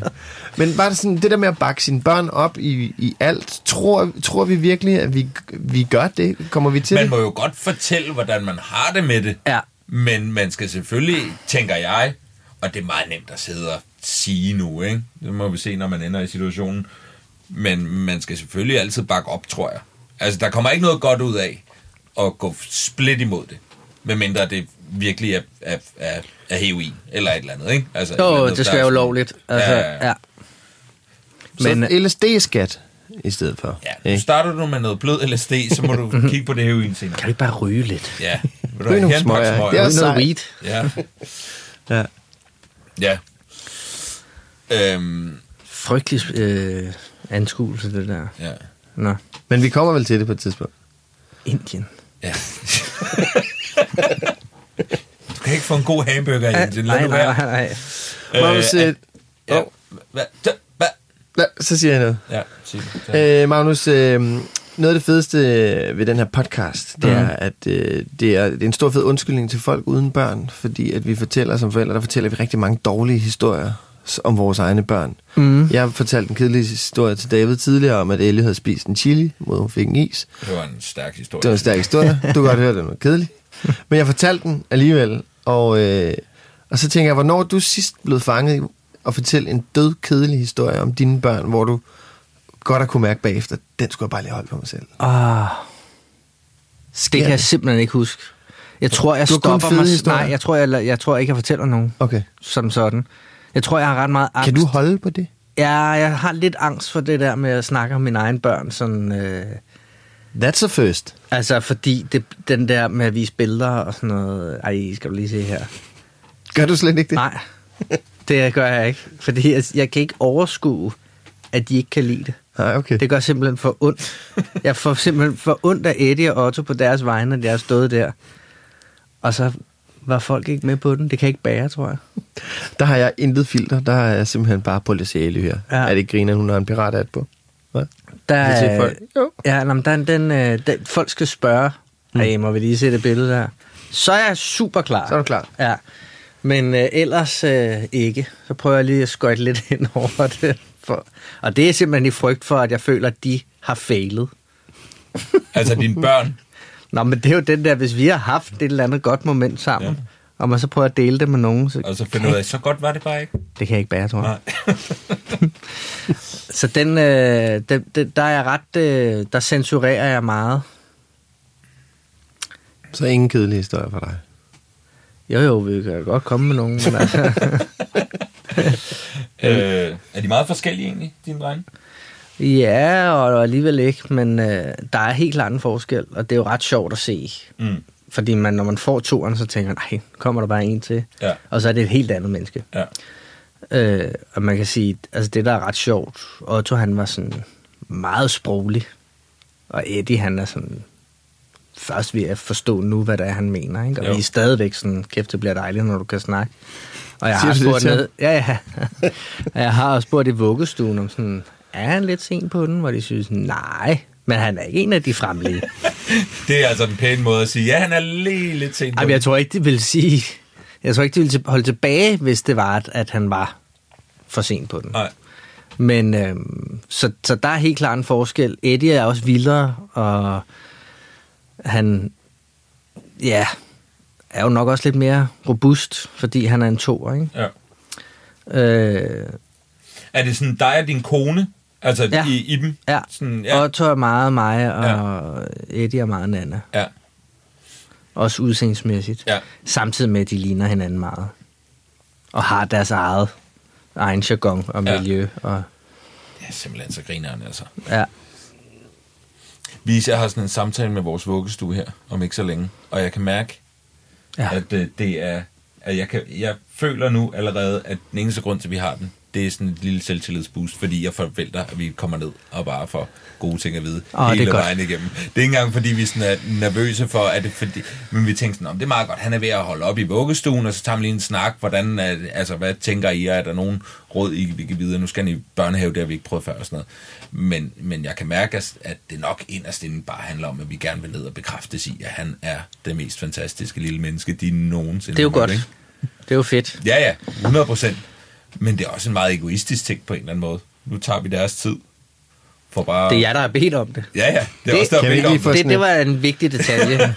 A: Men var det sådan, det der med at bakke sine børn op i, i alt, tror, tror vi virkelig, at vi, vi gør det? Kommer vi til
B: man
A: det?
B: må jo godt fortælle, hvordan man har det med det.
C: Ja.
B: Men man skal selvfølgelig, tænker jeg, og det er meget nemt at sidde og sige nu, ikke? Det må vi se, når man ender i situationen. Men man skal selvfølgelig altid bakke op, tror jeg. Altså, der kommer ikke noget godt ud af at gå split imod det. Medmindre det virkelig er, er, er, er heroin eller et eller andet, ikke? Altså, et eller
C: Jo,
B: andet,
C: det
B: der
C: skal
B: er
C: være
B: sådan-
C: ulovligt. Altså,
B: Ja, ja, ja.
C: ja.
A: Men,
C: Men-
A: så LSD-skat i stedet for.
B: Ja, nu
A: ikke?
B: starter du med noget blød LSD, så må du kigge på det heroin senere.
C: Kan du ikke bare ryge lidt?
B: Ja, vil du
A: Ryg nogle
B: have en pakke
A: smøger.
B: smøger?
A: Det er
C: Ryge
A: også
C: noget
A: sejt.
C: weed.
B: Ja.
A: Ja.
B: Ja. Øhm,
C: Frygtelig øh, anskuelse, det der.
B: ja.
C: Nå,
A: Men vi kommer vel til det på et tidspunkt.
C: Indien.
B: ja. du kan ikke få en god hamburger i Indien. Lad
C: nej,
B: nu
C: nej,
B: være.
C: nej, nej.
A: Magnus, øh,
B: Ja. Hva? Da- hva?
A: lad, så siger jeg noget.
B: Ja, sig det. Ja.
A: Øh, Magnus, øh, noget af det fedeste ved den her podcast, det
B: Mhm.
A: er, at øh, det, er, det er en stor fed undskyldning til folk uden børn, fordi at vi fortæller som forældre, der fortæller vi rigtig mange dårlige historier s- om vores egne børn.
B: Mhm.
A: Mm. Jeg har fortalt en kedelig historie til David tidligere om, at Ellie havde spist en chili, mod hun fik en is.
C: Øh.
B: Det var en stærk historie.
A: Det var en stærk historie. Du kan godt høre, den var kedelig. Men jeg fortalte den alligevel, og, øh, og så tænker jeg, hvornår er du sidst blev fanget i at fortælle en død kedelig historie om dine børn, hvor du godt har kunne mærke bagefter, den skulle jeg bare lige holde for mig selv.
C: Ah, det
A: Sker
C: kan jeg simpelthen ikke huske. Jeg tror, jeg
A: Du har kun
C: stopper
A: fede
C: mig...
A: historier.
C: Nej, jeg tror, jeg, jeg tror ikke, jeg fortæller nogen.
A: Okay.
C: Som sådan. Jeg tror, jeg har ret meget angst.
A: Kan du holde på det?
C: Ja, jeg har lidt angst for det der med at snakke om mine egne børn. Sådan, øh,
A: That's a first.
C: altså, fordi det, den der med at vise billeder og sådan noget... Ej, skal du lige se her.
A: Gør du slet ikke det?
C: Nej, det gør jeg ikke. Fordi jeg, jeg kan ikke overskue, at de ikke kan lide det.
A: Nej, okay.
C: Det gør simpelthen for ondt. Jeg får simpelthen for ondt af Eddie og Otto på deres vegne, at jeg har stået der. Og så var folk ikke med på den. Det kan jeg ikke bære, tror jeg.
A: Der har jeg intet filter. Der er jeg simpelthen bare på Ellie her. Ja.
C: Ja.
A: Er det griner, hun har en pirat at på? Hvad?
C: Der,
A: Kan du se folk? Jo.
C: jo. Ja, nå, men den, den, øh, den, folk skal spørge,
A: Mm.
C: hey, må vi lige se det billede der? Så er jeg super klar.
A: Så er du klar.
C: Ja. Men øh, ellers øh, ikke. Så prøver jeg lige at skøjte lidt ind over det. For, og det er simpelthen i frygt for, at jeg føler, at de har fejlet.
B: Altså dine børn.
C: Nå, men det er jo den der, hvis vi har haft et eller andet godt moment sammen,
B: Ja.
C: ja. og man så prøver at dele det med nogen, så
B: Og så altså, finder du ud af, så godt var det bare ikke.
C: det kan jeg ikke bære, tror jeg.
B: Nej.
C: Så den, øh, den, den, der er jeg ret, øh, der censurerer jeg meget.
A: Så ingen kedelig historie for dig.
C: Jo, jo, vi kan godt komme med nogen, men altså,
B: Øh, er de meget forskellige egentlig, dine drenge?
C: Ja, og alligevel ikke, men øh, der er helt klart en forskel, og det er jo ret sjovt at se.
B: Mm.
C: Fordi man, når man får toren, så tænker man, nej, kommer der bare en til.
B: Ja.
C: Og så er det et helt andet menneske.
B: Ja.
C: Øh, og man kan sige, altså det der er ret sjovt, Otto han var sådan meget sproglig, og Eddie han er sådan først ved at forstå nu, hvad det er, han mener. Ikke? Og
B: Jo.
C: jo. vi er stadigvæk sådan, kæft, det bliver dejligt, når du kan snakke. Og jeg
A: Siger
C: har
A: du det
C: spurgt
A: til ham?
C: ned, ja, ja. og jeg har også spurgt i vuggestuen om sådan, er han lidt sent på den? Hvor de synes, nej, men han er ikke en af de fremlige.
B: Det er altså en pæn måde at sige, ja, han er lige lidt sent. på
C: Ej, men
B: den.
C: jeg tror ikke, det vil sige... Jeg tror ikke, det ville til- holde tilbage, hvis det var, at- at han var for sent på den.
B: Nej.
C: Men øhm, så, så der er helt klart en forskel. Eddie er også vildere, og han ja, er jo nok også lidt mere robust, fordi han er en toer, ikke?
B: Ja.
C: Øh,
B: Er det sådan dig og din kone? Altså ja.
C: Ja.
B: i, i dem?
C: ja.
B: Sådan,
C: ja,
B: ja.
C: Otto er meget mig, og Eddie er meget Nana.
B: ja.
C: Også udseendsmæssigt.
B: Ja.
C: Samtidig med, at de ligner hinanden meget. Og har deres eget egen jargon og
B: Ja.
C: miljø. Og,
B: Det er simpelthen så grineren, altså.
C: ja.
B: Vi især har sådan en samtale med vores vuggestue her, om ikke så længe. Og jeg kan mærke, ja.
C: Ja.
B: at øh, det er... At jeg, kan, jeg føler nu allerede, at den eneste grund til, at vi har den, det er sådan et lille selvtillidsboost, fordi jeg forventer, at vi kommer ned og bare får gode ting at vide
C: Åh, det er
B: hele
C: godt.
B: vejen igennem. Det er ikke engang, fordi vi sådan er nervøse for, at det fordi, men vi tænker sådan, om det er meget godt, han er ved at holde op i vuggestuen, og så tager vi lige en snak, hvordan, er, det- altså, hvad tænker I, er der nogen råd, I vi kan vide, nu skal han i børnehave, det har vi ikke prøvet før og sådan noget. Men, men jeg kan mærke, at- at det nok inderst inden bare handler om, at vi gerne vil ned og bekræftes i, at han er det mest fantastiske lille menneske, de nogensinde
C: Det er jo
B: har mødt,
C: godt.
B: ikke?
C: Det er jo fedt.
B: Ja, ja, 100 procent. Men det er også en meget egoistisk ting på en eller anden måde. Nu tager vi deres tid. For bare...
C: Det er jeg, der har bedt om det.
B: Ja, ja, det er
C: Det-
B: også der
A: Kan vi
B: bedt
A: ikke
B: om
A: lige
B: det.
A: få-
C: Det,
A: sådan
C: det
A: et-
C: var en vigtig detalje.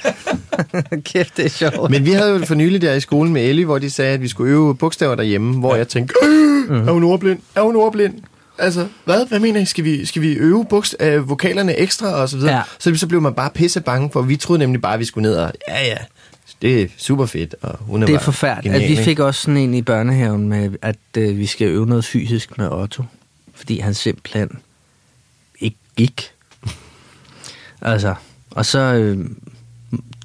C: Kæft, det er sjovt.
A: Men vi havde jo det for nylig der i skolen med Ellie, hvor de sagde, at vi skulle øve bogstaver derhjemme, hvor jeg tænkte, "Øh, er hun ordblind? Er hun ordblind? Altså, hvad? Hvad mener I? Skal vi, skal vi øve bogst- øh, vokalerne ekstra og så videre? Ja.
C: Ja.
A: Så, så blev man bare pisse bange, for vi troede nemlig bare, at vi skulle ned og, ja ja, det er super fedt, og hun er
C: det er
A: bare
C: forfærdeligt.
A: genial,
C: At vi
A: ikke?"
C: fik også sådan en i børnehaven med, at øh, vi skal øve noget fysisk med Otto. Fordi han simpelthen ikke gik. altså, og så øh,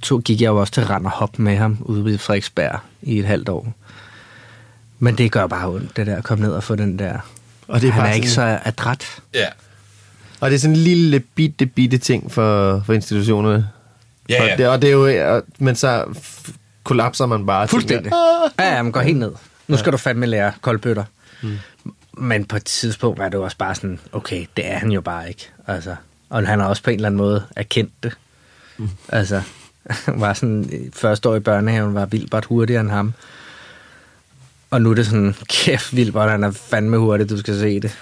C: tog, gik jeg jo også til rand og hop med ham ude ved Frederiksberg i et halvt år. Men det gør bare ondt, det der at komme ned og få den der...
A: Og det er
C: han
A: bare
C: er ikke
A: sådan-
C: så adræt.
B: Ja.
A: Og det er sådan en lille bitte, bitte ting for, for institutionerne.
B: Ja, ja.
A: Og, det, og det er jo, og, men så f- kollapser man bare. og tænker,
C: Fuldstændig. Ja, ja, man går helt ned. Nu skal du fandme lære koldbøtter. Mm. Men på et tidspunkt var det jo også bare sådan, okay, det er han jo bare ikke. Altså, og han har også på en eller anden måde erkendt det. Mm. Altså, var sådan, øh, første år i børnehaven var Vilbert hurtigere end ham. Og nu er det sådan, kæft Vilbert, han er fandme hurtig, du skal se det.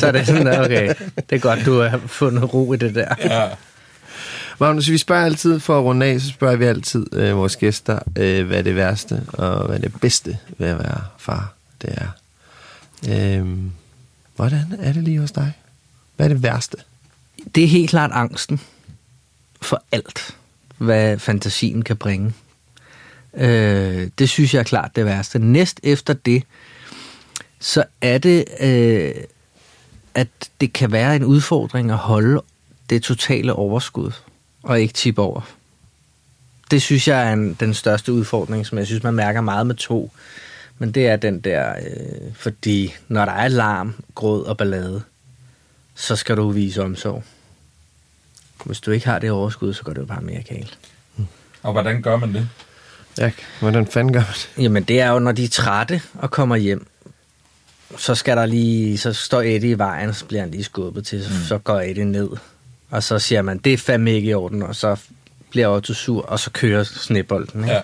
C: Så er det sådan, okay, det er godt, du har fundet ro i det der.
B: ja.
A: Magnus, vi spørger altid, for at runde af, så spørger vi altid øh, vores gæster, øh, hvad det værste og hvad det bedste ved at være far, det er. Øh, hvordan er det lige hos dig? Hvad er det værste?
C: Det er helt klart angsten for alt, hvad fantasien kan bringe. Øh, det synes jeg er klart det værste. Næst efter det, så er det, øh, at det kan være en udfordring at holde det totale overskud og ikke tippe over. Det synes jeg er en, den største udfordring, som jeg synes, man mærker meget med to. Men det er den der, øh, fordi når der er larm, gråd og ballade, så skal du vise omsorg. Hvis du ikke har det overskud, så går det jo bare mere galt.
B: Og hvordan gør man det?
A: Ja, hvordan fanden gør man det?
C: Jamen, det er jo, når de er trætte og kommer hjem, så skal der lige, så står Eddie i vejen, så bliver han lige skubbet til, så, mm. så går Eddie ned. Og så siger man, det er fandme ikke i orden, og så bliver Otto sur, og så kører snebolden. Ikke?
B: Ja.
C: Ja.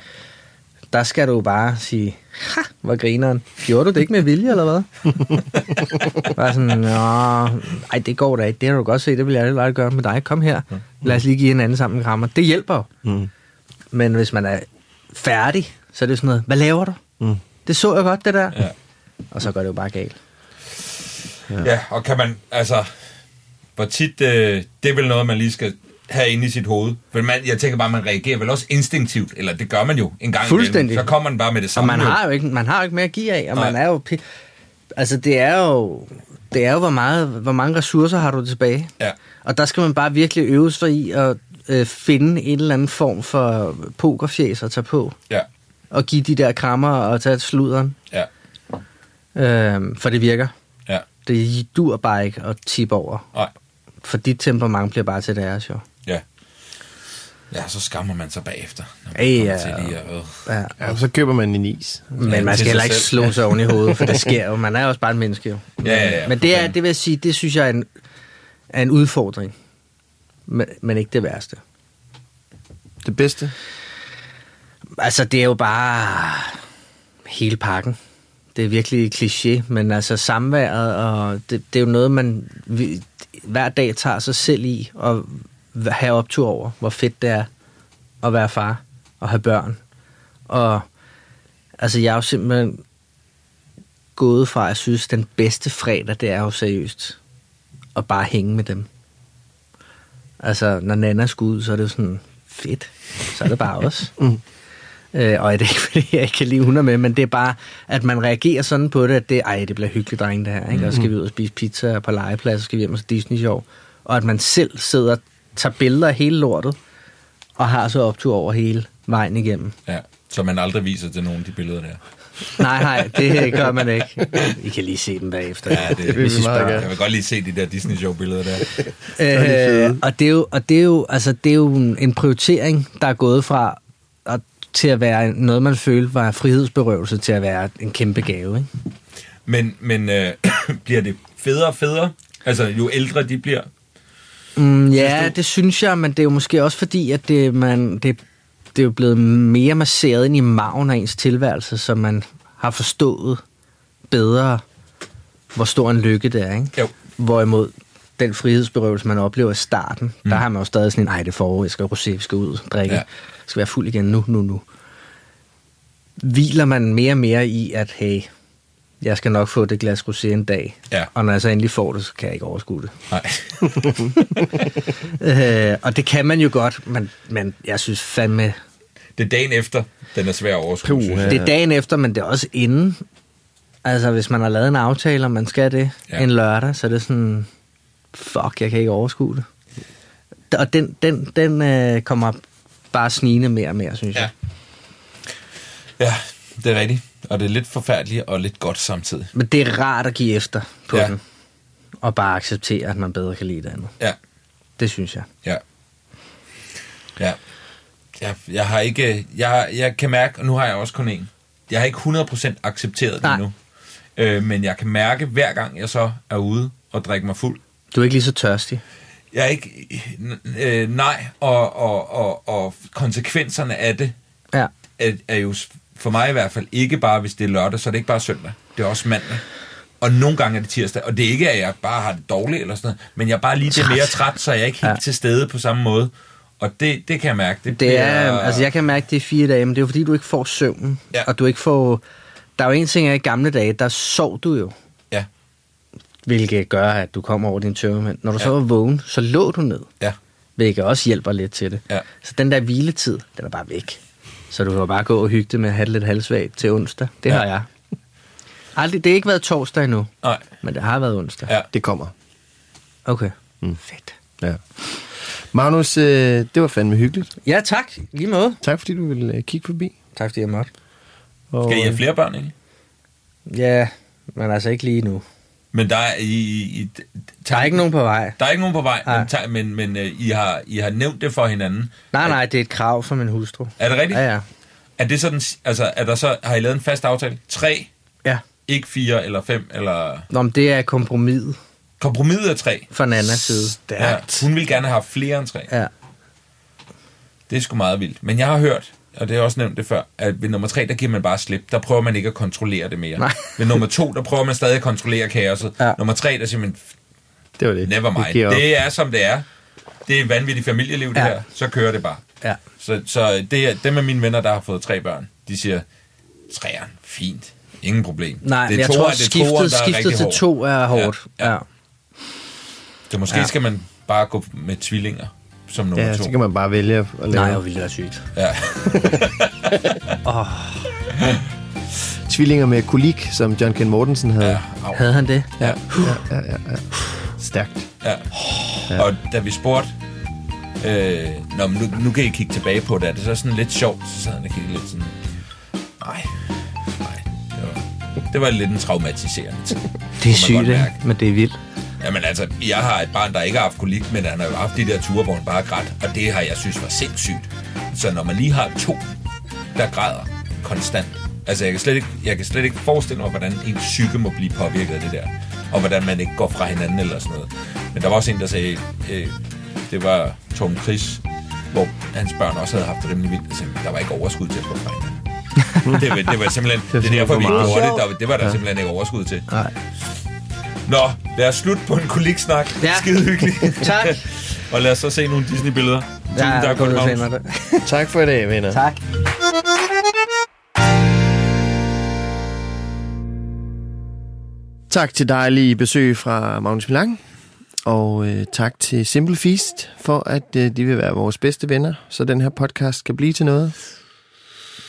C: Der skal du jo bare sige, ha, hvor grineren. Gjorde du det ikke med vilje, eller hvad? bare sådan, Nå, ej, det går da ikke. Det har du godt set, det vil jeg aldrig gøre med dig. Kom her, lad os lige give hinanden sammen en krammer. Det hjælper jo.
A: Mm.
C: Men hvis man er færdig, så er det sådan noget, hvad laver du?
A: Mm.
C: Det så jeg godt, det der.
B: Ja.
C: Og så går det jo bare galt.
B: ja, og kan man, altså, hvor tit, øh, det er vel noget, man lige skal have inde i sit hoved. Men man, jeg tænker bare, man reagerer vel også instinktivt, eller det gør man jo en gang imellem.
C: Fuldstændig.
B: Så kommer den bare med det
C: Og
B: samme.
C: man
B: jo.
C: har jo ikke, man har jo ikke mere at give af, og
B: Nej.
C: man er jo... P- Altså, det er jo, det er jo hvor, meget, hvor mange ressourcer har du tilbage.
B: Ja.
C: Og der skal man bare virkelig øve sig i at øh, finde en eller anden form for pokerfjæs at tage på.
B: Ja,
C: Og give de der krammer og tage sluderen.
B: ja,
C: Øh, for det virker.
B: ja.
C: Det dur bare ikke at tippe over.
B: Nej,
C: For dit temperament bliver bare til deres jo.
B: ja. Ja, så skammer man sig bagefter. Når man
C: Ja,
B: kommer
C: ja.
B: Til lige at, øh.
C: Ja.
A: Ja, så køber man en is.
B: til
C: Men man skal
B: sig
C: heller ikke
B: selv.
C: slå sig oven i hovedet, for det sker jo. Man er jo også bare en menneske jo.
B: Ja, ja, ja,
C: Men
B: for
C: det, er,
B: fanden.
C: det vil jeg sige, det synes jeg er en, er en udfordring. Men, men ikke det værste.
A: Det bedste.
C: Altså, det er jo bare hele pakken. Det er virkelig kliché, men altså samværet, og det, det er jo noget, man vi, hver dag tager sig selv i og v- have optur over, hvor fedt det er at være far og have børn. Og altså, jeg er jo simpelthen gået fra, at jeg synes, den bedste fredag, det er jo seriøst at bare hænge med dem. Altså, når Nana skulle ud, så er det jo sådan, fedt, så er det bare os. Øh, og er det ikke, fordi jeg ikke kan lide hunder med, men det er bare, at man reagerer sådan på det, at det, ej, det bliver hyggeligt, drenge, det her. Ikke? Og så
B: Mm-hmm.
C: skal vi ud og spise pizza og på legeplads, og så skal vi hjem og se Disney Show. Og at man selv sidder og tager billeder af hele lortet, og har så optur over hele vejen igennem.
B: ja. Så man aldrig viser til nogen af de billeder der.
C: Nej, nej, det gør man ikke. I kan lige se dem bagefter.
B: Ja, det,
A: vil vi meget
B: Jeg vil godt lige se de der Disney-show-billeder der.
C: Øh, og det er jo, og det er jo, altså, det er jo en, en prioritering, der er gået fra at, til at være noget, man følte var frihedsberøvelse, til at være en kæmpe gave. Ikke?
B: Men, men øh, bliver det federe og federe? Altså, jo ældre de bliver.
C: Mm, ja, det synes jeg, men det er jo måske også fordi, at det, man, det, det er jo blevet mere masseret ind i maven af ens tilværelse, så man har forstået bedre, hvor stor en lykke det er. Ikke?
B: Jo.
C: Hvorimod den frihedsberøvelse, man oplever i starten, mm. der har man jo stadig sådan en, ej, det er forår, jeg skal rosé, vi skal ud og drikke,
B: Ja.
C: ja. skal være fuld igen nu, nu, nu. Hviler man mere og mere i, at hey, jeg skal nok få det glas rosé en dag,
B: Ja.
C: og når jeg så endelig får det, så kan jeg ikke overskue det.
B: Nej.
C: Øh, og det kan man jo godt, men, men jeg synes fandme... Ja.
B: Det er dagen efter, den er svær at overskue,
A: Puh,
B: synes
A: ja.
B: jeg.
C: Det er dagen efter, men det er også inden. Altså, hvis man har lavet en aftale, og man skal det
B: Ja.
C: ja. en lørdag, så er det sådan... Fuck, jeg kan ikke overskue det. Og den, den, den øh, kommer bare snigende mere og mere, synes jeg.
B: Ja. Ja, det er rigtigt. Og det er lidt forfærdeligt og lidt godt samtidig.
C: Men det er rart at give efter på
B: Ja.
C: ja. den. Og bare acceptere, at man bedre kan lide det andet.
B: Ja,
C: Det synes jeg.
B: ja. Ja. Jeg, jeg har ikke... Jeg, jeg kan mærke, og nu har jeg også kun en. Jeg har ikke 100% accepteret det
C: Nej.
B: nu. Øh, men jeg kan mærke, hver gang jeg så er ude og drikker mig fuld,
C: Du er ikke lige så tørstig.
B: Jeg er ikke... Øh, nej, og, og, og, og konsekvenserne af det
C: Ja.
B: er, er jo s- for mig i hvert fald ikke bare, hvis det er lørdag, så er det ikke bare søndag. Det er også mandag. Og nogle gange er det tirsdag. Og det er ikke, at jeg bare har det dårligt eller sådan noget, men jeg er bare lige det mere træt, så jeg er ikke helt ja. til stede på samme måde. Og det, det kan jeg mærke. Det,
C: Det er,
B: bliver-
C: altså jeg kan mærke, det er fire dage, men det er jo fordi, du ikke får søvnen.
B: Ja.
C: Og du ikke får... Der er jo en ting, at i gamle dage, der sov du jo.
B: Ja,
C: Hvilket gør, at du kommer over din tømmermænd. Når du ja. så var vågen, så lå du ned.
B: ja,
C: Hvilket også hjælper lidt til det.
B: Ja.
C: Så den der hviletid, den er bare væk. Så du kan jo bare gå og hygge dig med at have det lidt halvsvagt til onsdag. Det
B: Ja.
C: ja. har jeg. Aldrig, det har ikke været torsdag endnu,
B: nej,
C: men det har været onsdag.
B: ja.
A: Det kommer.
C: Okay. Mm. Fedt.
A: Ja. Magnus, øh, det var fandme hyggeligt.
C: Ja, tak. Lige måde.
A: Tak fordi du ville øh, kigge forbi.
C: Tak fordi jeg måtte.
A: Og,
B: Skal I have flere børn egentlig?
C: Ja, men altså ikke lige nu.
B: Men der er, I, I, I,
C: Der er ikke nogen på vej.
B: der er ikke nogen på vej,
C: Nej.
B: men, ta- men, men øh, I, har, I har nævnt det for hinanden.
C: Nej, nej, det er et krav for min hustru.
B: Er det rigtigt?
C: Ja, ja.
B: Er det sådan, altså, er der så, har I lavet en fast aftale? Tre,
C: ja.
B: ikke fire eller fem, eller...
C: Nå, men det er kompromiset
B: Kompromiset er tre.
C: fra Nannas side.
B: Ja, hun ville gerne have haft flere end tre. Ja.
C: Ja.
B: Det er sgu meget vildt. Men jeg har hørt, og det har jeg også nævnt det før, at ved nummer tre, der giver man bare slip. Der prøver man ikke at kontrollere det mere.
C: Nej.
B: Ved nummer to, der prøver man stadig at kontrollere kaoset. Ja.
C: Ja.
B: Nummer tre, der siger man,
A: Det var det.
B: never
A: Vi
B: mind.
A: giver op.
B: Det er, som det er. Det er et vanvittigt familieliv, det ja.
C: Ja.
B: her. Så kører det bare.
C: Ja.
B: Så, så det er, dem af mine venner, der har fået tre børn, de siger, træeren, fint. Ingen problem.
C: Nej,
B: det
C: jeg
B: toeren,
C: tror,
B: det er
C: skiftet,
B: toeren, der er rigtig
C: skiftet til
B: hård.
C: to er hårdt.
B: Ja, ja.
C: Ja. ja.
B: Så måske ja. skal man bare gå med tvillinger som nummer
A: Ja,
B: to.
A: så kan man bare vælge at at lave
C: Nej, hvor ville det være sygt.
B: Ja.
A: tvillinger med kolik, som John Ken Mortensen havde. Ja,
B: Au.
C: Havde han det?
B: Ja.
A: ja, ja. ja. Stærkt.
B: Ja. Og da vi spurgte, øh, Nå, men nu, nu kan I kigge tilbage på det, er det så sådan lidt sjovt? Så sad han og kiggede lidt sådan, nej, nej, det var, det var lidt en traumatiserende ting.
C: Det er
B: Kunne man
C: sygt,
B: godt
C: ikke?
B: mærke.
C: Men det er vildt.
B: Jamen altså, jeg har et barn, der ikke har haft kolik, men han har jo haft de der ture, hvor han bare græd, og det har jeg synes var sindssygt. Så når man lige har to, der græder konstant, altså jeg kan slet ikke, jeg kan slet ikke forestille mig, hvordan en psyke må blive påvirket af det der, og hvordan man ikke går fra hinanden eller sådan noget. Men der var også en, der sagde, øh, det var Tom Chris, hvor hans børn også havde haft det rimelig vildt, altså, der var ikke overskud til at gå fra hinanden. det, var, det var simpelthen, det, er
A: simpelthen
B: derfor,
A: for
B: vi ikke
A: meget.
B: gjorde det. Der, det var der ja. simpelthen ikke overskud til.
C: Nej.
B: Nå, lad os slutte på en koliksnak.
C: Ja.
B: Skide hyggeligt.
C: Tak.
B: og lad os så se nogle Disney-billeder. Tusind
C: Ja,
B: tak,
C: godt
B: Conny
C: at se
B: Magnus.
C: mig der.
A: Tak for i dag, venner.
C: Tak.
A: Tak til dejlige besøg fra Magnus Milang. Og øh, tak til Simple Feast for, at øh, de vil være vores bedste venner, så den her podcast kan blive til noget.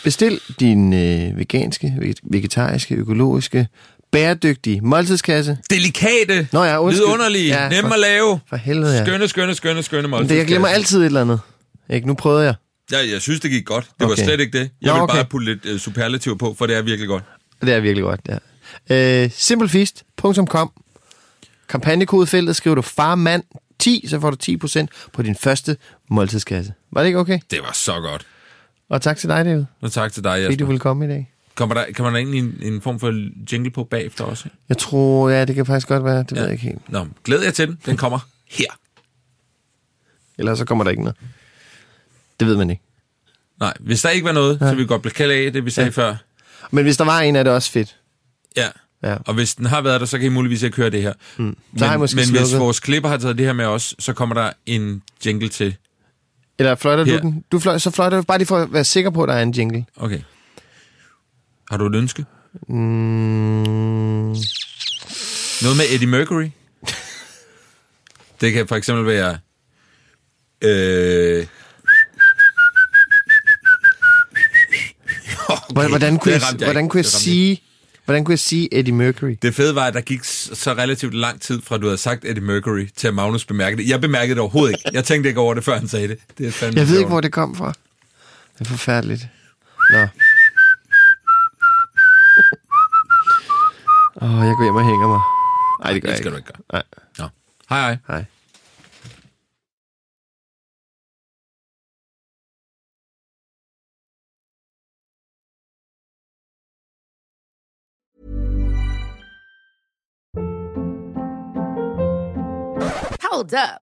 A: Bestil din øh, veganske, vege- vegetariske, økologiske, bæredygtige måltidskasse.
B: Delikate,
A: Nå ja, undskyld.
B: vidunderlige,
A: Ja,
B: ja, nemme
A: for-
B: at lave.
A: For helvede, ja.
B: Skønne, skønne, skønne, skønne
A: Men
B: måltidskasser.
A: det, jeg glemmer altid et eller andet. Ikke? Nu prøvede jeg.
B: Ja, jeg synes, det gik godt. Det okay. var
A: Okay.
B: slet ikke det.
A: Nå,
B: Jeg vil
A: okay.
B: bare putte lidt uh, superlativ på, for det er virkelig godt.
A: Det er virkelig godt, ja. Øh, simplefeast.com Kampagnekodefeltet skriver du farmand 10, så får du 10% på din første måltidskasse. Var det ikke okay?
B: Det var så godt. Og
A: Og tak til dig, David,
B: nu tak til dig,
A: fordi du
B: Jasper.
A: ville komme i dag.
B: Kommer der, kan man der egentlig en, en form for jingle på bagefter også? ikke?
A: Jeg tror, ja, det kan faktisk godt være. Det ja. ved jeg ikke helt.
B: Nå, glæder jeg til den. Den kommer her.
A: Ellers så kommer der ikke noget. Det ved man ikke.
B: Nej, hvis der ikke var noget, så vil vi godt blive kald af det, vi sagde ja. før.
A: Men hvis der var en, er det også fedt.
B: Ja.
A: Ja.
B: ja. Og hvis den har været der, så kan I muligvis ikke høre det her. Mm.
A: Så har I
B: men
A: måske
B: men hvis
A: slukket.
B: vores klipper har taget det her med os, så kommer der en jingle til.
A: Eller fløjter du
B: Her.
A: den? Du fløj, så fløjter du bare lige for at være sikker på, at der er en jingle.
B: Okay. Har du et ønske?
A: Mm,
B: Noget med Eddie Mercury? det kan for eksempel være... Øh,
A: okay. hvordan kunne
B: det
A: jeg,
B: ramte jeg
A: hvordan
B: ikke.
A: kunne jeg
B: Det ramte
A: sige... Hvordan kunne jeg sige Eddie Mercury?
B: Det fede var, at der gik s- så relativt lang tid fra, du havde sagt Eddie Mercury, til at Magnus bemærkede det. Jeg bemærkede det overhovedet ikke. Jeg tænkte ikke over det, før han sagde det. det er fandme
A: Jeg ved
B: sjovt.
A: ikke, hvor det kom fra. Det er forfærdeligt. Nå. Åh, oh, jeg går hjem og hænger mig. Nej, det gør
B: Det
A: jeg
B: skal du
A: ikke.
B: ikke gøre.
A: Nej,
B: Nå. Hej hej.
A: hej.
D: Hold up.